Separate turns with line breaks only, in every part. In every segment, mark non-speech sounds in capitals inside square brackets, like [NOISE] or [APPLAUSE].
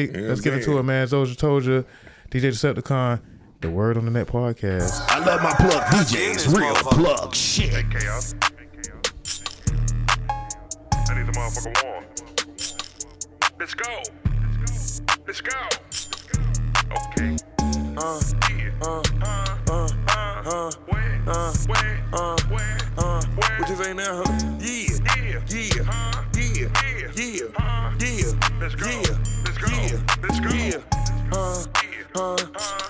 Let's get into it, man. Zoja told you, DJ Decepticon, the word on the net podcast.
I love my plug DJs, real plug shit.
Hey, chaos. I need the motherfucker warm. Let's go. Let's go. Okay. Uh, yeah. Uh, uh, uh, uh, where, uh, where, uh, where, uh, where?
What you say now, huh? Yeah,
Yeah.
yeah,
Huh?
yeah,
Yeah.
yeah,
Huh?
yeah.
Let's go.
Yeah.
Let's go.
Yeah.
Let's go.
Yeah. Huh?
Yeah.
Huh?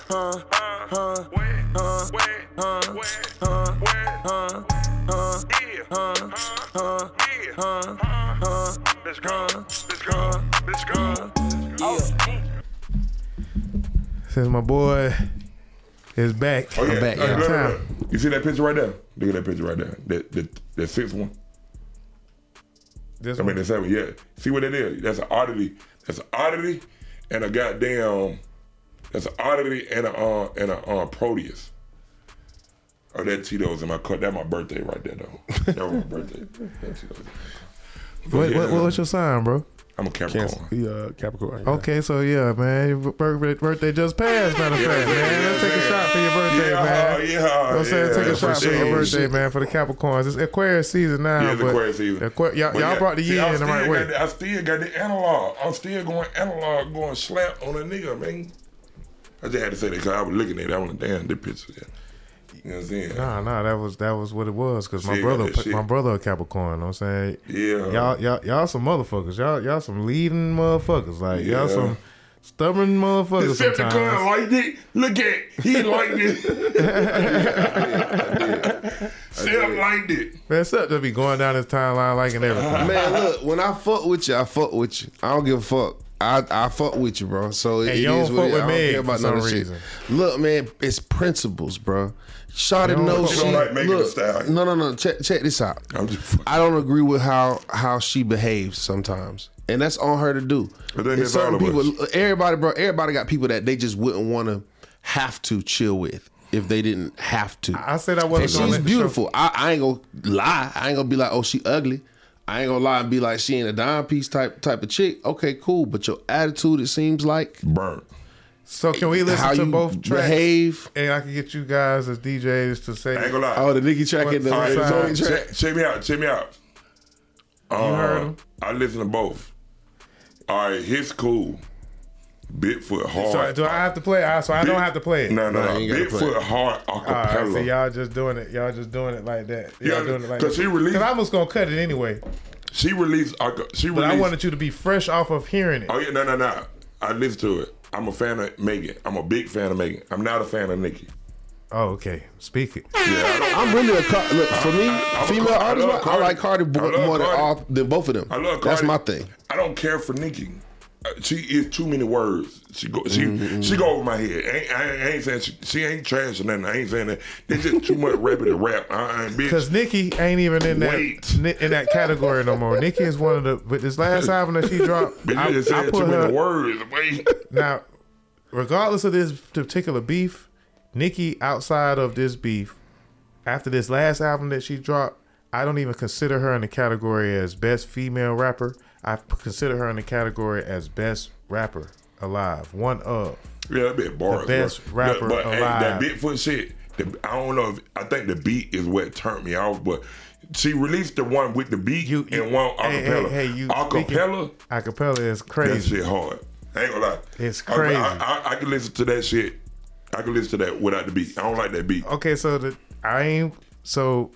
Huh? Huh?
Where,
Huh?
where,
Huh?
where,
Huh?
where?
Huh? Huh?
Yeah.
Huh?
Huh?
Huh?
Yeah.
Huh?
Huh?
Huh?
Let's go. Let's go. Let's go.
Since my boy is back.
Oh, yeah.
I'm back.
Hey,
in
look,
time.
look, look. You see that picture right there? Look at that picture right there. That that, that sixth one.
This
I mean
one,
the seventh. Yeah. See what it is? That's an oddity. That's an oddity, and a goddamn. That's an oddity and a uh, and a uh, Proteus. Oh, that Tito's in my cut. That my birthday right there though.
[LAUGHS]
That was my birthday. That Tito's.
what, what,
Yeah.
what, what's your sign, bro?
I'm a Capricorn.
Yeah, Capricorn.
Okay, so yeah, man, your bir- bir- birthday just passed, matter of fact, man. Let's take a shot for your birthday,
Yeah,
man.
yeah,
You know what I'm saying?
yeah,
Take a shot for your
appreciate
birthday, man, for the Capricorns. It's Aquarius season now.
Yeah, it's
but
Aquarius season.
the Aqua- y'all
But
y'all
yeah,
brought the
see,
year
I
in the
still
right way.
got the- I still got the analog. I'm still going analog, going slap on a nigga, man. I just had to say that because I was looking at it. I was like, damn, this picture. Yeah. You know what I'm saying?
Nah, nah, that was that was what it was. Cause my
Shit,
brother,
got that shit.
my brother, a Capricorn. You know what I'm saying,
Yeah.
y'all, y'all, y'all some motherfuckers. Y'all, y'all some leading motherfuckers. Like
Yeah.
y'all some stubborn motherfuckers.
Decepticon
Sometimes.
liked it. Look at it. He
[LAUGHS]
liked [LAUGHS] it. Sam liked it.
Man, Sep just be going down his timeline like and
Uh-huh.
everything.
Man, look, when I fuck with you, I fuck with you. I don't give a fuck. I, I fuck with you, bro. So it,
And
it
you don't
is
fuck
what it-
with
I don't
Meg
care about
for
none of
some
that shit.
reason.
Look, man, it's principles, bro. Shot
You don't
knows
fuck
she.
with like Megan Thee
look,
Stallion.
no, no, no. Check check this out.
I'm just fucking-
I don't agree with how how she behaves sometimes, and that's on her to do.
I think
And
that's all
certain
of us.
people, everybody, bro, everybody got people that they just wouldn't want to have to chill with if they didn't have to.
I said I wasn't.
And
gonna
she's
let the show-
beautiful. I, I ain't gonna lie. I ain't gonna be like, oh, she ugly. I ain't gonna lie and be like, she ain't a dime piece type type of chick. Okay, cool. But your attitude, it seems like
Burnt.
So can we listen
how
to
you
both tracks?
behave.
And I can get you guys as DJs to say.
I ain't gonna lie.
Oh, the Nicki track
What
and the
side?
the Tony
Side.
track.
check, check me out. Check me out. Uh,
heard him?
I listen to both. All right, his cool. Bigfoot hard.
So do I have to play? I, so I don't have to play it.
No, no, no.
you ain't gotta play
Bigfoot hard
All right, so
acapella.
y'all just doing it. Y'all just doing it like that. Y'all
Yeah,
doing it like
'cause
that.
she released-
Cause I'm just gonna cut it anyway.
she released. aca- She
But
released.
I wanted you to be fresh off of hearing it.
Oh yeah, no, no, no. I listen to it. I'm a fan of Megan. I'm a big fan of Megan. I'm not a fan of Nicki.
Oh, okay. Speak it.
I'm really a Car- look for me.
I- I'm
female
a Car- I
artists,
love
I,
Cardi.
like Cardi
I
b- more
love
than
Cardi.
all than both of them.
I love. Cardi.
That's my thing.
I don't care for Nicki. Uh, She is too many words. She go. She
Mm-hmm,
she go over my head. Ain't, I, ain't- I ain't saying she, she ain't trash or nothing. I ain't saying that. It's just too much rapping to rap. I ain't bitch.
[LAUGHS] Cause Nikki ain't even in that
Wait.
ni- in that category no more. Nikki is one of the. But this
[LAUGHS]
last album that she dropped,
Bitch,
I,
you just
I
said
put
too many
her
words. Wait.
now. Regardless of this particular beef, Nikki outside of this beef, after this last album that she dropped, I don't even consider her in the category as best female rapper. I consider her in the category as best rapper alive, one of.
Yeah, that bit bars. bro.
best
Look,
rapper
but hey, that
alive.
Bigfoot shit. The, I don't know. if I think the beat is what turned me off, but she released the one with the beat
You- you-
and one
hey,
acapella.
hey, hey, you
acapella.
Acapella is
That
crazy.
shit hard. I ain't gonna lie.
It's
I-
crazy.
I, I- I can listen to that shit. I can listen to that without the beat. I don't like that beat.
Okay, so the I ain't so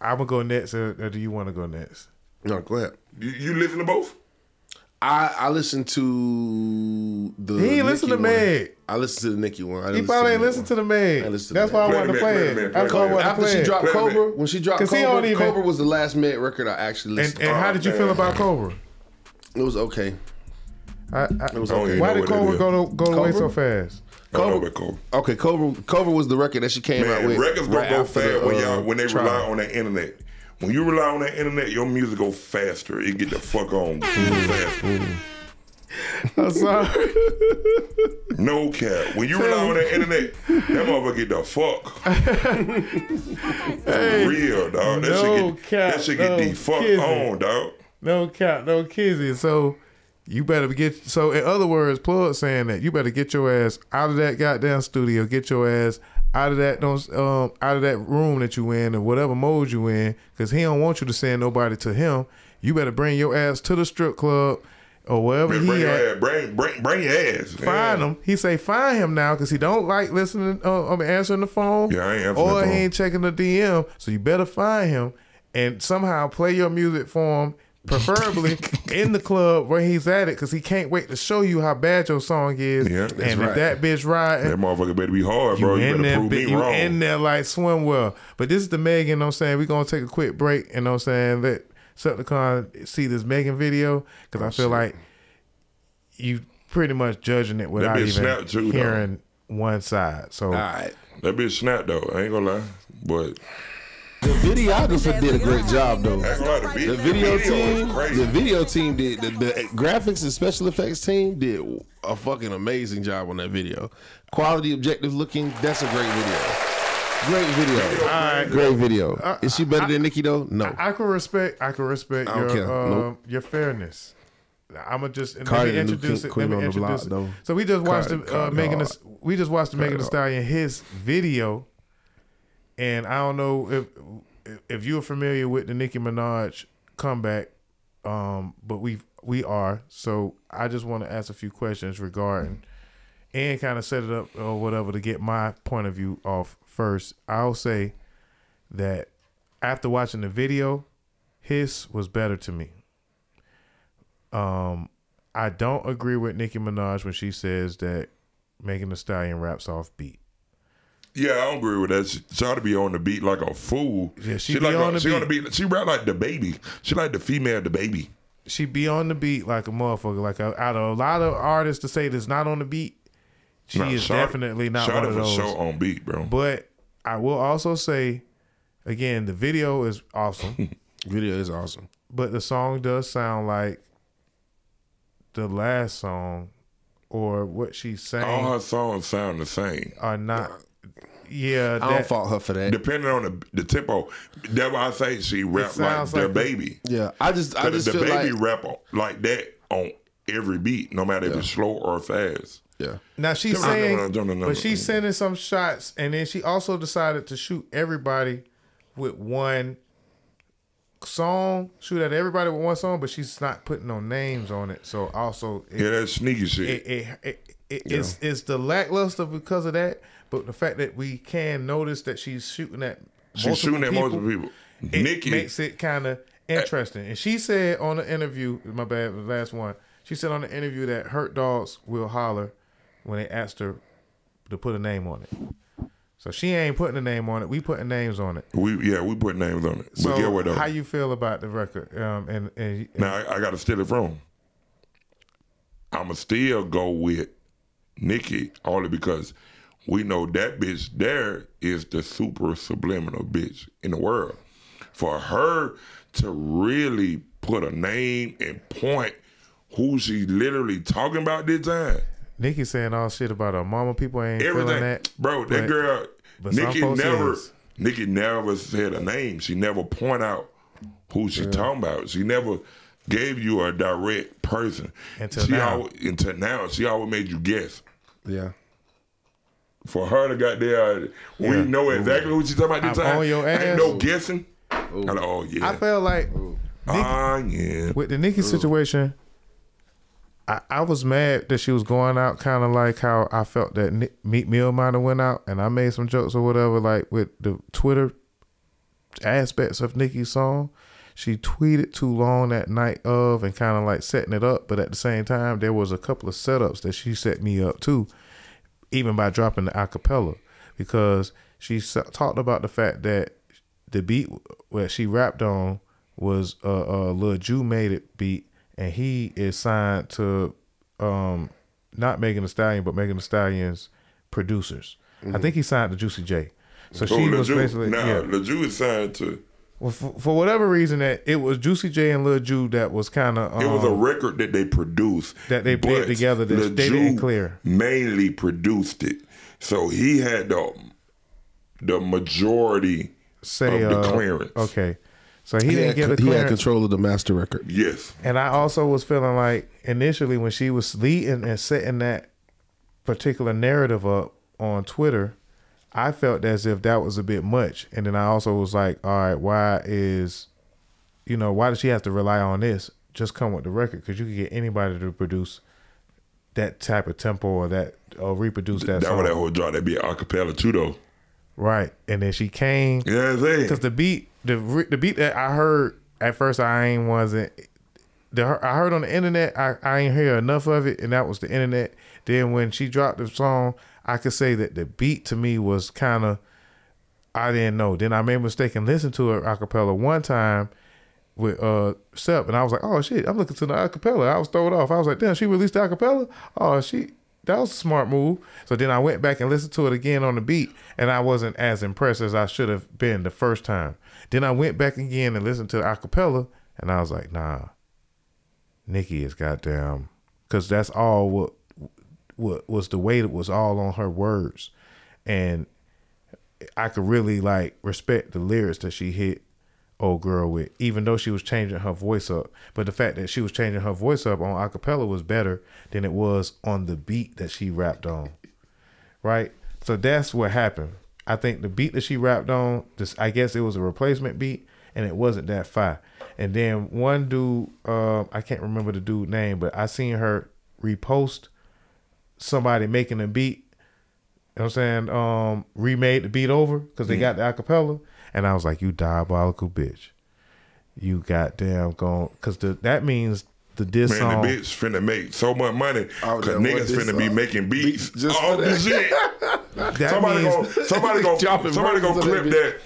I'm gonna go next, or, or do you want to go next?
No, go ahead.
You, you listen to both?
I I listen to the.
He ain't
Nicki
listen to
one.
Meg.
I listen to the Nicki one. I
He
didn't
probably ain't
to
listened to
one.
the Meg.
I listened to
That's
Meg.
why I
Wait a
wanted to
minute,
play
wait a
it.
minute,
That's
wait
why I
a
wanted
minute.
to
After
play
she
it.
dropped
Wait a minute.
Cobra, when she dropped
'Cause he don't
Cobra,
even-
Cobra was the last Meg record I actually listened
And,
to.
and how did you feel about Cobra?
It was okay.
I,
It
I,
was
I don't
okay.
even
why
know
did
what it
Cobra
is.
go to, go away so
Cobra?
fast?
I don't know
Cobra-
about Cobra.
Okay, Cobra Cobra was the record that she came out
Man,
with.
records gonna
right
go
after
fast
the,
when
uh,
y'all when they
trial.
rely on the internet. When you rely on the internet, your music go faster. It get the fuck on faster.
I'm sorry.
No cap. When you rely on the internet, that motherfucker get the fuck. For real, dog. That
no
shit get
cap,
that shit get
no
the fuck
kidding.
on, dog.
no cap, no kizzy. So You better get so. In other words, plug saying that you better get your ass out of that goddamn studio. Get your ass out of that don't um out of that room that you in or whatever mode you in, because he don't want you to send nobody to him. You better bring your ass to the strip club or wherever
Bring,
he
bring your
at.
ass. Bring, bring, bring your ass.
Find
yeah.
him. He say find him now because he don't like listening. Uh, I mean, answering the phone.
Yeah, I ain't answering
Or
the
he
phone.
ain't checking the DM. So you better find him and somehow play your music for him,
[LAUGHS]
preferably in the club where he's at it, because he can't wait to show you how bad your song is.
Yeah,
and
that's
if
right.
that bitch riding,
That motherfucker better be hard, bro.
in
You, better
there,
prove
bi-
me
you
wrong.
in there like swimwear. But this is the Megan, you know what I'm saying? We're going to take a quick break, you know what I'm saying? Let Septicon see this Megan video
Oh,
because I feel like you pretty much judging it without
bitch
even
snapped too, though.
hearing one side. So,
All right.
That bitch snapped though. I ain't gonna lie, but
The videographer did a great job though.
I ain't gonna lie,
The video team, the video team did the, the graphics and special effects team did a fucking amazing job on that video. Quality, objective looking. That's a great video. Great video. Great video.
Uh,
Is she better than Nikki though? No.
I can respect, I can respect
I don't
your
care.
uh,
Nope.
your fairness. I'm gonna just let me
Cardi the new
introduce it.
King-
Let
Queen
me
on the
introduce
block,
it.
though.
So we just watched
Cardi-
the uh,
Cardi
Megan. The,
hard.
we just watched the Megan Thee
hard.
Stallion his video, and I don't know if if you're familiar with the Nicki Minaj comeback, um, but we we are. So I just want to ask a few questions regarding and kind of set it up or whatever to get my point of view off first. I'll say that after watching the video, his was better to me. Um, I don't agree with Nicki Minaj when she says that Megan Thee Stallion raps off beat.
Yeah, I don't agree with that. She, she ought to be on the beat like a fool.
Yeah, she be
like
on
a,
the
she ought to be. She rap like the baby. She like the female the baby.
She be on the beat like a motherfucker. Like a, out of a lot of artists to say that's not on the beat, she
Nah,
is
Shawty-
definitely not
Shawty
one of
for
those.
sure on beat, bro.
But I will also say, again, the video is
[LAUGHS]
awesome.
video is awesome.
but the song does sound like the last song or what she sang
All her songs sound the same,
are not yeah
I don't
that,
fault her for that.
depending on the the tempo. That's why I say she rap like
sounds like
the
the-
baby.
Yeah. I just I
The,
just
the
feel
baby
like
rap on, like that on every beat, no matter if it's slow or fast.
yeah.
now she's
Don't know,
saying
don't know, don't know.
but she's sending some shots and then she also decided to shoot everybody with one song shoot at everybody with one song but she's not putting no names on it so also it
Yeah, that sneaky shit.
it, it, it, it it's, it's the lackluster because of that, but the fact that we can notice that she's shooting at
She's shooting at multiple people.
it
Nikki, Eh.
makes it kind of interesting. And she said on the interview, my bad, the last one. She said on the interview that hurt dogs will holler when they asked her to put a name on it. So she ain't putting a name on it. We putting names on it.
we yeah, we put names on it. But
So
get what though?
how you feel about the record? Um, and and, and
Now I, I gotta steal it from. him. I'ma still go with Nikki only because we know that bitch there is the super subliminal bitch in the world. For her to really put a name and point who she literally talking about this time.
Nikki saying all shit about her mama. People ain't
Everything.
feeling that,
Bro,
but-
that girl
but some
Nikki
folks
never
is.
Nikki never said a name. She never point out who she talking about. She never gave you a direct person.
Until
she
now.
always, until now, she always made you guess.
Yeah.
For her to got there, uh, we know exactly who she talking about this
I'm
time.
on your
Ain't no
ass.
guessing. Kinda, oh yeah.
I felt like
ah yeah.
with the Nikki situation, I, I was mad that she was going out kind of like how I felt that Ni- Meek Mill might have went out, and I made some jokes or whatever, like with the Twitter aspects of Nikki's song. She tweeted too long that night of and kind of like setting it up, but at the same time, there was a couple of setups that she set me up too, even by dropping the acapella, because she s- talked about the fact that the beat where she rapped on was uh, uh Lil Jew made it beat, and he is signed to um not Megan Thee Stallion, but Megan Thee Stallion's producers. I
Mm-hmm.
think he signed to Juicy J. So
Oh,
she was
LeJew.
basically
nah,
yeah.
LeJew is signed to.
Well, for, for whatever reason, that it was Juicy J and Lil Jew that was kind of. Um,
It was a record that they produced
That they did
but
together that
Lil
they didn't
Ju
clear.
Mainly produced it, so he had the the majority
say
of the
uh,
clearance.
Okay, So he,
He,
didn't
had,
get the
he had
clearance.
control of the master record.
Yes.
And I also was feeling like initially when she was leading and setting that particular narrative up on Twitter, I felt as if that was a bit much. And then I also was like, all right, why is, you know, why does she have to rely on this? Just come with the record because you can get anybody to produce that type of tempo or that or reproduce that,
That
song.
was that whole drop. That'd be an acapella too, though.
Right. And then she came
You know what I'm saying?
because the beat, the re- the beat that I heard at first, I ain't wasn't. The her- I heard on the internet, I I ain't hear enough of it, and that was the internet. Then when she dropped the song, I could say that the beat to me was kind of. I didn't know. Then I made a mistake and listened to it acapella one time with uh Sep, and I was like, "Oh shit!" I'm looking to the acapella. I was thrown off. I was like, "Damn, she released the acapella." Oh, she that was a smart move. So then I went back and listened to it again on the beat, and I wasn't as impressed as I should have been the first time. Then I went back again and listened to the acapella, and I was like, "Nah, Nikki is goddamn," because that's all what what was the weight was all on her words, and I could really like respect the lyrics that she hit old girl with, even though she was changing her voice up. But the fact that she was changing her voice up on acapella was better than it was on the beat that she rapped on. Right? So that's what happened. I think the beat that she rapped on, this I guess it was a replacement beat and it wasn't that fire. And then one dude, um, I can't remember the dude name, but I seen her repost somebody making a beat you know what I'm saying? Um, remade the beat over because they got the acapella, and I was like, "You diabolical bitch! You goddamn gone!" Because that means the diss
Man,
song.
the bitch finna make so much money
I was
because
like, what
niggas
this
finna be
song?
making beats.
Beats just
all
for
this shit.
That
somebody
means [LAUGHS]
gonna somebody gonna
Dropping
somebody gonna
verses
clip
on that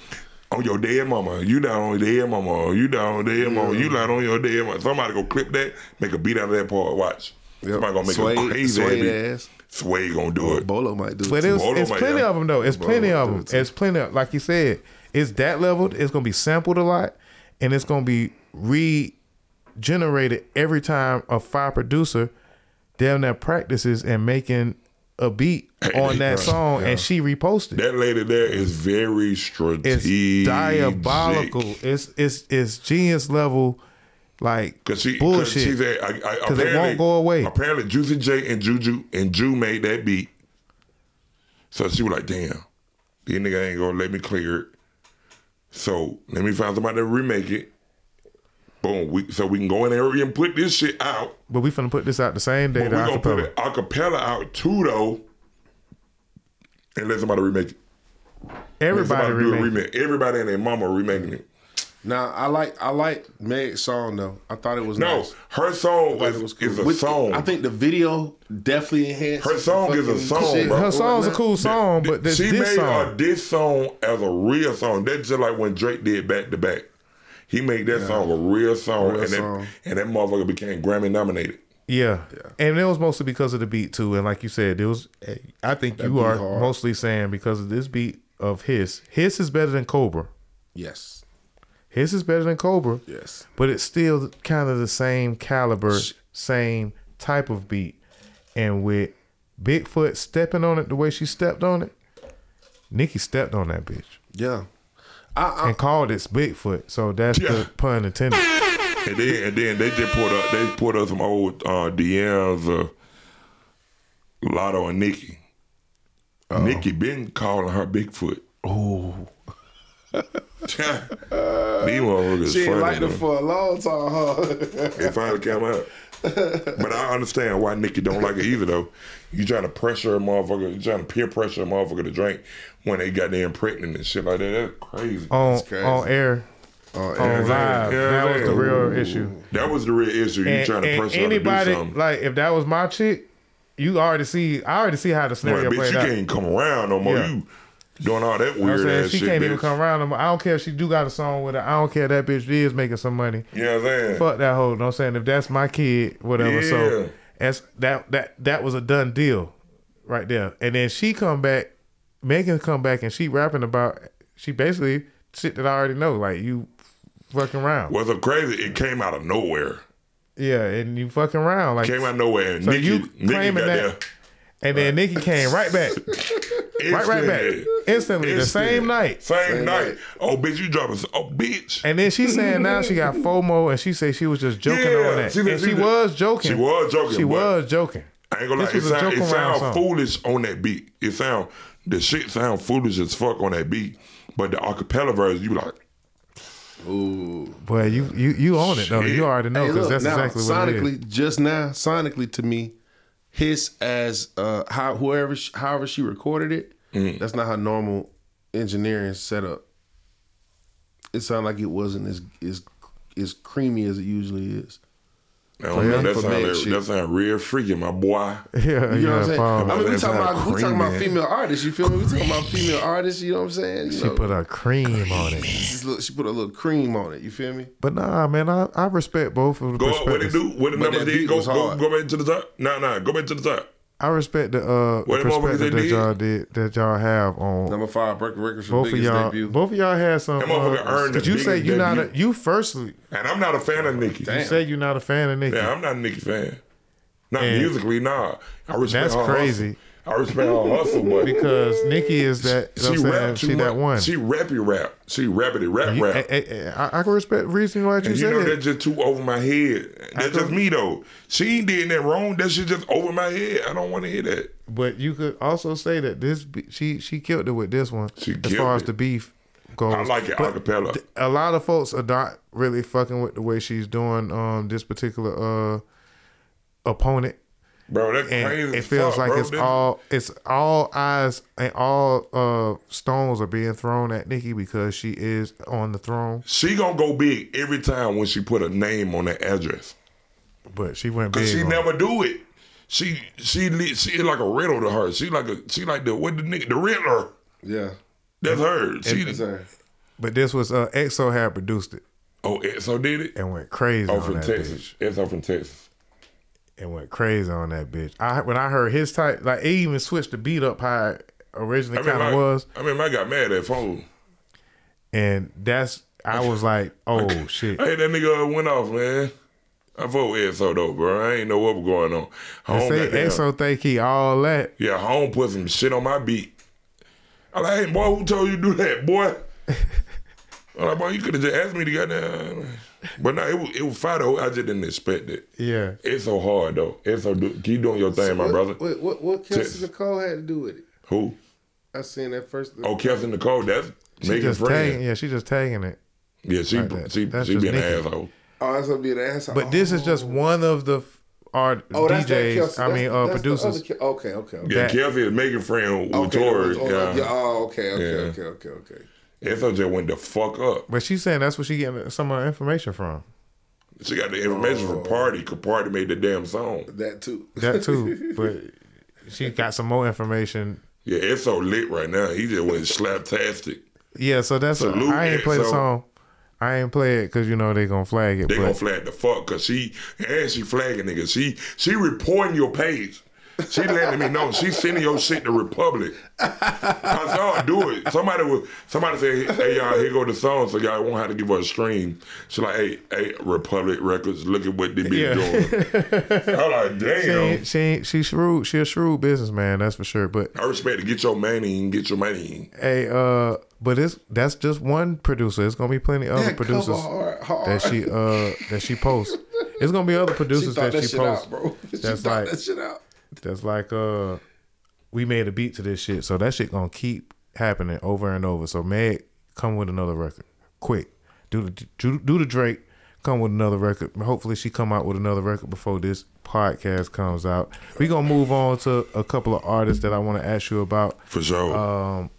that. On your dead mama, you not on your dead mama, you not on dead mama, you not on your dead mama. Somebody gonna clip that, make a beat out of that part. Watch, somebody gonna make a
Suede-
crazy
suede
beat.
ass.
Sway gonna do it.
Bolo might do
but
it.
it's,
too.
Bolo
it's
might
plenty
have-
of them though. It's
Bolo
plenty
might
of
do
them.
it too.
It's plenty of like you said. It's that level. It's gonna be sampled a lot, and it's gonna be regenerated every time a fire producer damn that practices and making a
[COUGHS]
beat on that song, and she reposted.
That lady there is very strategic.
It's diabolical. It's it's it's genius level, like
Cause she, Cause
bullshit.
she's a, I, I,
it
apparently-
won't go away.
Apparently, Juicy J and Juju and Ju made that beat. So she was like, "Damn, these nigga ain't gonna let me clear it. So let me find somebody to remake it. Boom. We, so we can go in there and put this shit out.
but we finna put this out the same day
But we
that
gonna
I
put
put
an acapella out too, though, and let somebody remake it. Let
Everybody
somebody do a
remake.
remake. Everybody and their mama remaking it.
Now I like I like Meg's song though. I thought it was
No,
nice.
her song
Thought it
is,
was cool.
is a
With-
song.
I think the video definitely enhanced.
Her song
the
is a
fucking
song,
shit.
bro.
Her song's a cool song, but this,
she
this
made
song,
a diss song as a real song. That's just like when Drake did back to back. He made that song a real song,
Real
and
song.
that and that motherfucker became Grammy nominated.
yeah. and it was mostly because of the beat too. And like you said, it was. eh, I think you
beat
are
hard.
mostly saying because of this beat of his. His is better than Cobra.
Yes,
His is better than Cobra.
yes.
but it's still kind of the same caliber, same type of beat. And with Bigfoot stepping on it the way she stepped on it, Nikki stepped on that bitch
Yeah. I, I,
and called it Bigfoot. So that's
Yeah.
the pun intended.
And then and then they just pulled up they pulled up some old uh, DMs of Lotto and Nikki. Nikki been calling her Bigfoot.
oh,
[LAUGHS] These motherfuckers
she ain't
funny,
liked it
though.
for a long time, huh? [LAUGHS]
It finally came out. But I understand why Nikki don't like it either though. You trying to pressure a motherfucker, you trying to peer pressure a motherfucker to drink when they got damn pregnant and shit like that. That's crazy.
on,
crazy.
on air,
oh,
on live.
Yeah,
that was
yeah.
the real issue.
That was the real issue. You
And,
trying to
and
pressure her to
anybody,
do something.
like, if that was my chick, you already see, I already see how the
Like,
scenario
bitch,
played
you
out.
can't come around no more.
Yeah.
You doing all that
You know what
weird
I'm saying?
ass
She
shit.
can't
bitch.
even come around. no more. I don't care if she do got a song with her. I don't care if that bitch is making some money.
You know what I'm saying?
fuck that hoe. You know what I'm saying? If that's my kid, whatever.
Yeah.
So that's that that that was a done deal right there. And then she come back, Megan come back and she rapping about she basically shit that I already know. Like you fucking around.
What's so crazy? It came out of nowhere.
Yeah, and you fucking around. Like
Came out of nowhere, and
So
Nikki,
you
Nikki got
claiming
there. [LAUGHS]
that- and then Nikki came right back. Right, right back. Instantly, the same night.
Same, night. Oh, bitch, you dropping. some- Oh, bitch.
And then she's saying now she got FOMO, and she said she was just joking
Yeah,
on that.
she
and
was-
she,
she was-
was joking.
she was joking,
She
but-
was joking.
I ain't gonna
This
lie, it
was a
sound,
joke
it
around
sound
song.
foolish on that beat. It sound the shit sound foolish as fuck on that beat. But the acapella version, you like,
But you you you own it though.
Shit.
You already know
Hey,
because
look,
that's
now,
exactly what it
sonically,
is.
just now, sonically to me, his as uh how whoever she, however she recorded it,
Mm.
that's not how normal engineering is set up. It sounded like it wasn't as as as creamy as it usually is.
I don't know,
Yeah.
that
For
sound,
big
that,
shit.
that sound real freaky, my boy.
[LAUGHS] Yeah,
You know
yeah.
what I'm saying?
Paul.
I mean, we
That's
talking
not
about we talking
creamy.
about female artists. You feel me? We talking
[LAUGHS]
about female artists. You know what I'm saying? You
she
know,
put a cream on it.
she's a little- she put a little cream on it. You feel me?
But nah, man, I, I respect both of the
Go up, what it
perspectives.
do? What the
But
numbers
that beat
did? Go,
was
go,
hard.
go back to the top. Nah, nah, go back to the top.
I respect the uh the
What the motherfuckers
perspective
they
that
did?
y'all did that y'all have on
Number five, breaking records for
both of
biggest
y'all.
debut.
Both of y'all had some.
That motherfucker
uh,
earned
Did
the
you say
biggest
you not a,
debut.
you firstly?
And I'm not a fan of Nicki.
You say you're not a fan of Nicki.
Yeah, I'm not a Nicki fan. Not
And-
musically, nah. I
That's
respect her
crazy.
Hustle. I respect her hustle, but
because Nikki is that. you know
Mm. she
what I'm saying?
rap too
She
much.
that one.
She rappy rap. She rappity rap
You-
rap.
I, I- I- I can respect reason why you
And you
said
know
it.
that's just too over my head. That's just me though. She ain't did nothing wrong. That shit just over my head. I don't want to hear that.
But you could also say that this be- she she killed it with this one
She
as
killed
far as
it.
the beef goes.
I like it
But
acapella.
th- a lot of folks are not really fucking with the way she's doing um this particular uh opponent.
bro, that
And
crazy.
it
as
feels
fuck,
like
bro.
it's
This-
all it's all eyes and all uh stones are being thrown at Nikki because she is on the throne.
She gonna go big every time when she put a name on that address.
But she went big.
Cause she
on it.
never do it. She she li- she like a riddle to her. She like a she like the what the nigga the Riddler.
yeah,
That's her. She
Yes,
the,
sir.
but this was uh EXO had produced it
oh so did it.
and went crazy
Oh
on
from
that bitch.
Texas. It's from Texas.
and went crazy on that bitch. I when I heard his type, like it even switched the beat up how it originally
I mean,
kind
I,
of was,
I mean, I got mad at phone.
and that's I was
[LAUGHS]
like, oh shit.
Hey, that nigga uh, went off, man. I vote EXO though, bro. I ain't know what was going on. Home
Say
goddamn-
EXO think he all that.
Yeah, home put some shit on my beat. I'm like, hey, boy, who told you to do
[LAUGHS]
that, boy? I'm like, boy, you could have just asked me to goddamn. But no, it was, it was fire though. I just didn't expect it.
Yeah,
It's so hard though. It's so do, keep doing your thing, my
what,
brother.
Wait, what what
Texas.
Kelsey Nicole had to do with it?
Who?
I seen that first.
Oh, Kelsey Nicole. That's
she
making
just tagging.
friends.
Yeah, she just tagging it.
Yeah, she
that.
she
That's
she
just
been an
Nicki.
asshole.
Oh, that's gonna be an asshole.
But this is
Oh.
just one of the f- art
oh, that's that
DJs.
Kelsey.
I
That's-
mean, uh,
that's the
producers.
other Ke- okay, okay, okay.
Yeah,
That-
Kelsey is making friends with
Okay, that
Tori.
was- oh,
yeah.
yeah, oh, okay, okay,
Yeah.
okay, okay, okay.
EXO just went the fuck up.
But she's saying that's where she getting some of her information from.
She got the information from Party. 'cause Party made the damn song.
That too.
That
[LAUGHS]
too. but she got some more information.
Yeah, it's so lit right now. He just went slaptastic.
Yeah, so that's
Salute
I ain't play the
EXO.
song. I ain't play it because you know they gonna flag it.
They
but
gonna flag the fuck cause she and she flagging niggas. She she reporting your page. She letting me know she sending your shit to Republic. I saw her do it. Somebody was somebody said, "Hey y'all, here go the song, so y'all won't have to give her a stream." She like, "Hey, hey, Republic Records, look at what they be
Yeah.
doing." I'm like,
She
"Damn,
ain't, she ain't, she shrewd. She a shrewd businessman, that's for sure. But
I respect to get your money and get your money."
hey, uh, but it's that's just one producer. It's gonna be plenty other
[LAUGHS] That cover
producers
hard, hard.
that she uh that she posts. It's gonna be other
she
producers that,
thought that,
she
shit
posts.
out, bro. [LAUGHS] She
That's
thought
like
that shit out.
that's like uh, we made a beat to this shit, so that shit gonna keep happening over and over. So Meg, come with another record, quick. Do the do, do the Drake. Come with another record. Hopefully, she come out with another record before this podcast comes out. We gonna move on to a couple of artists that I want to ask you about.
For sure.
Um,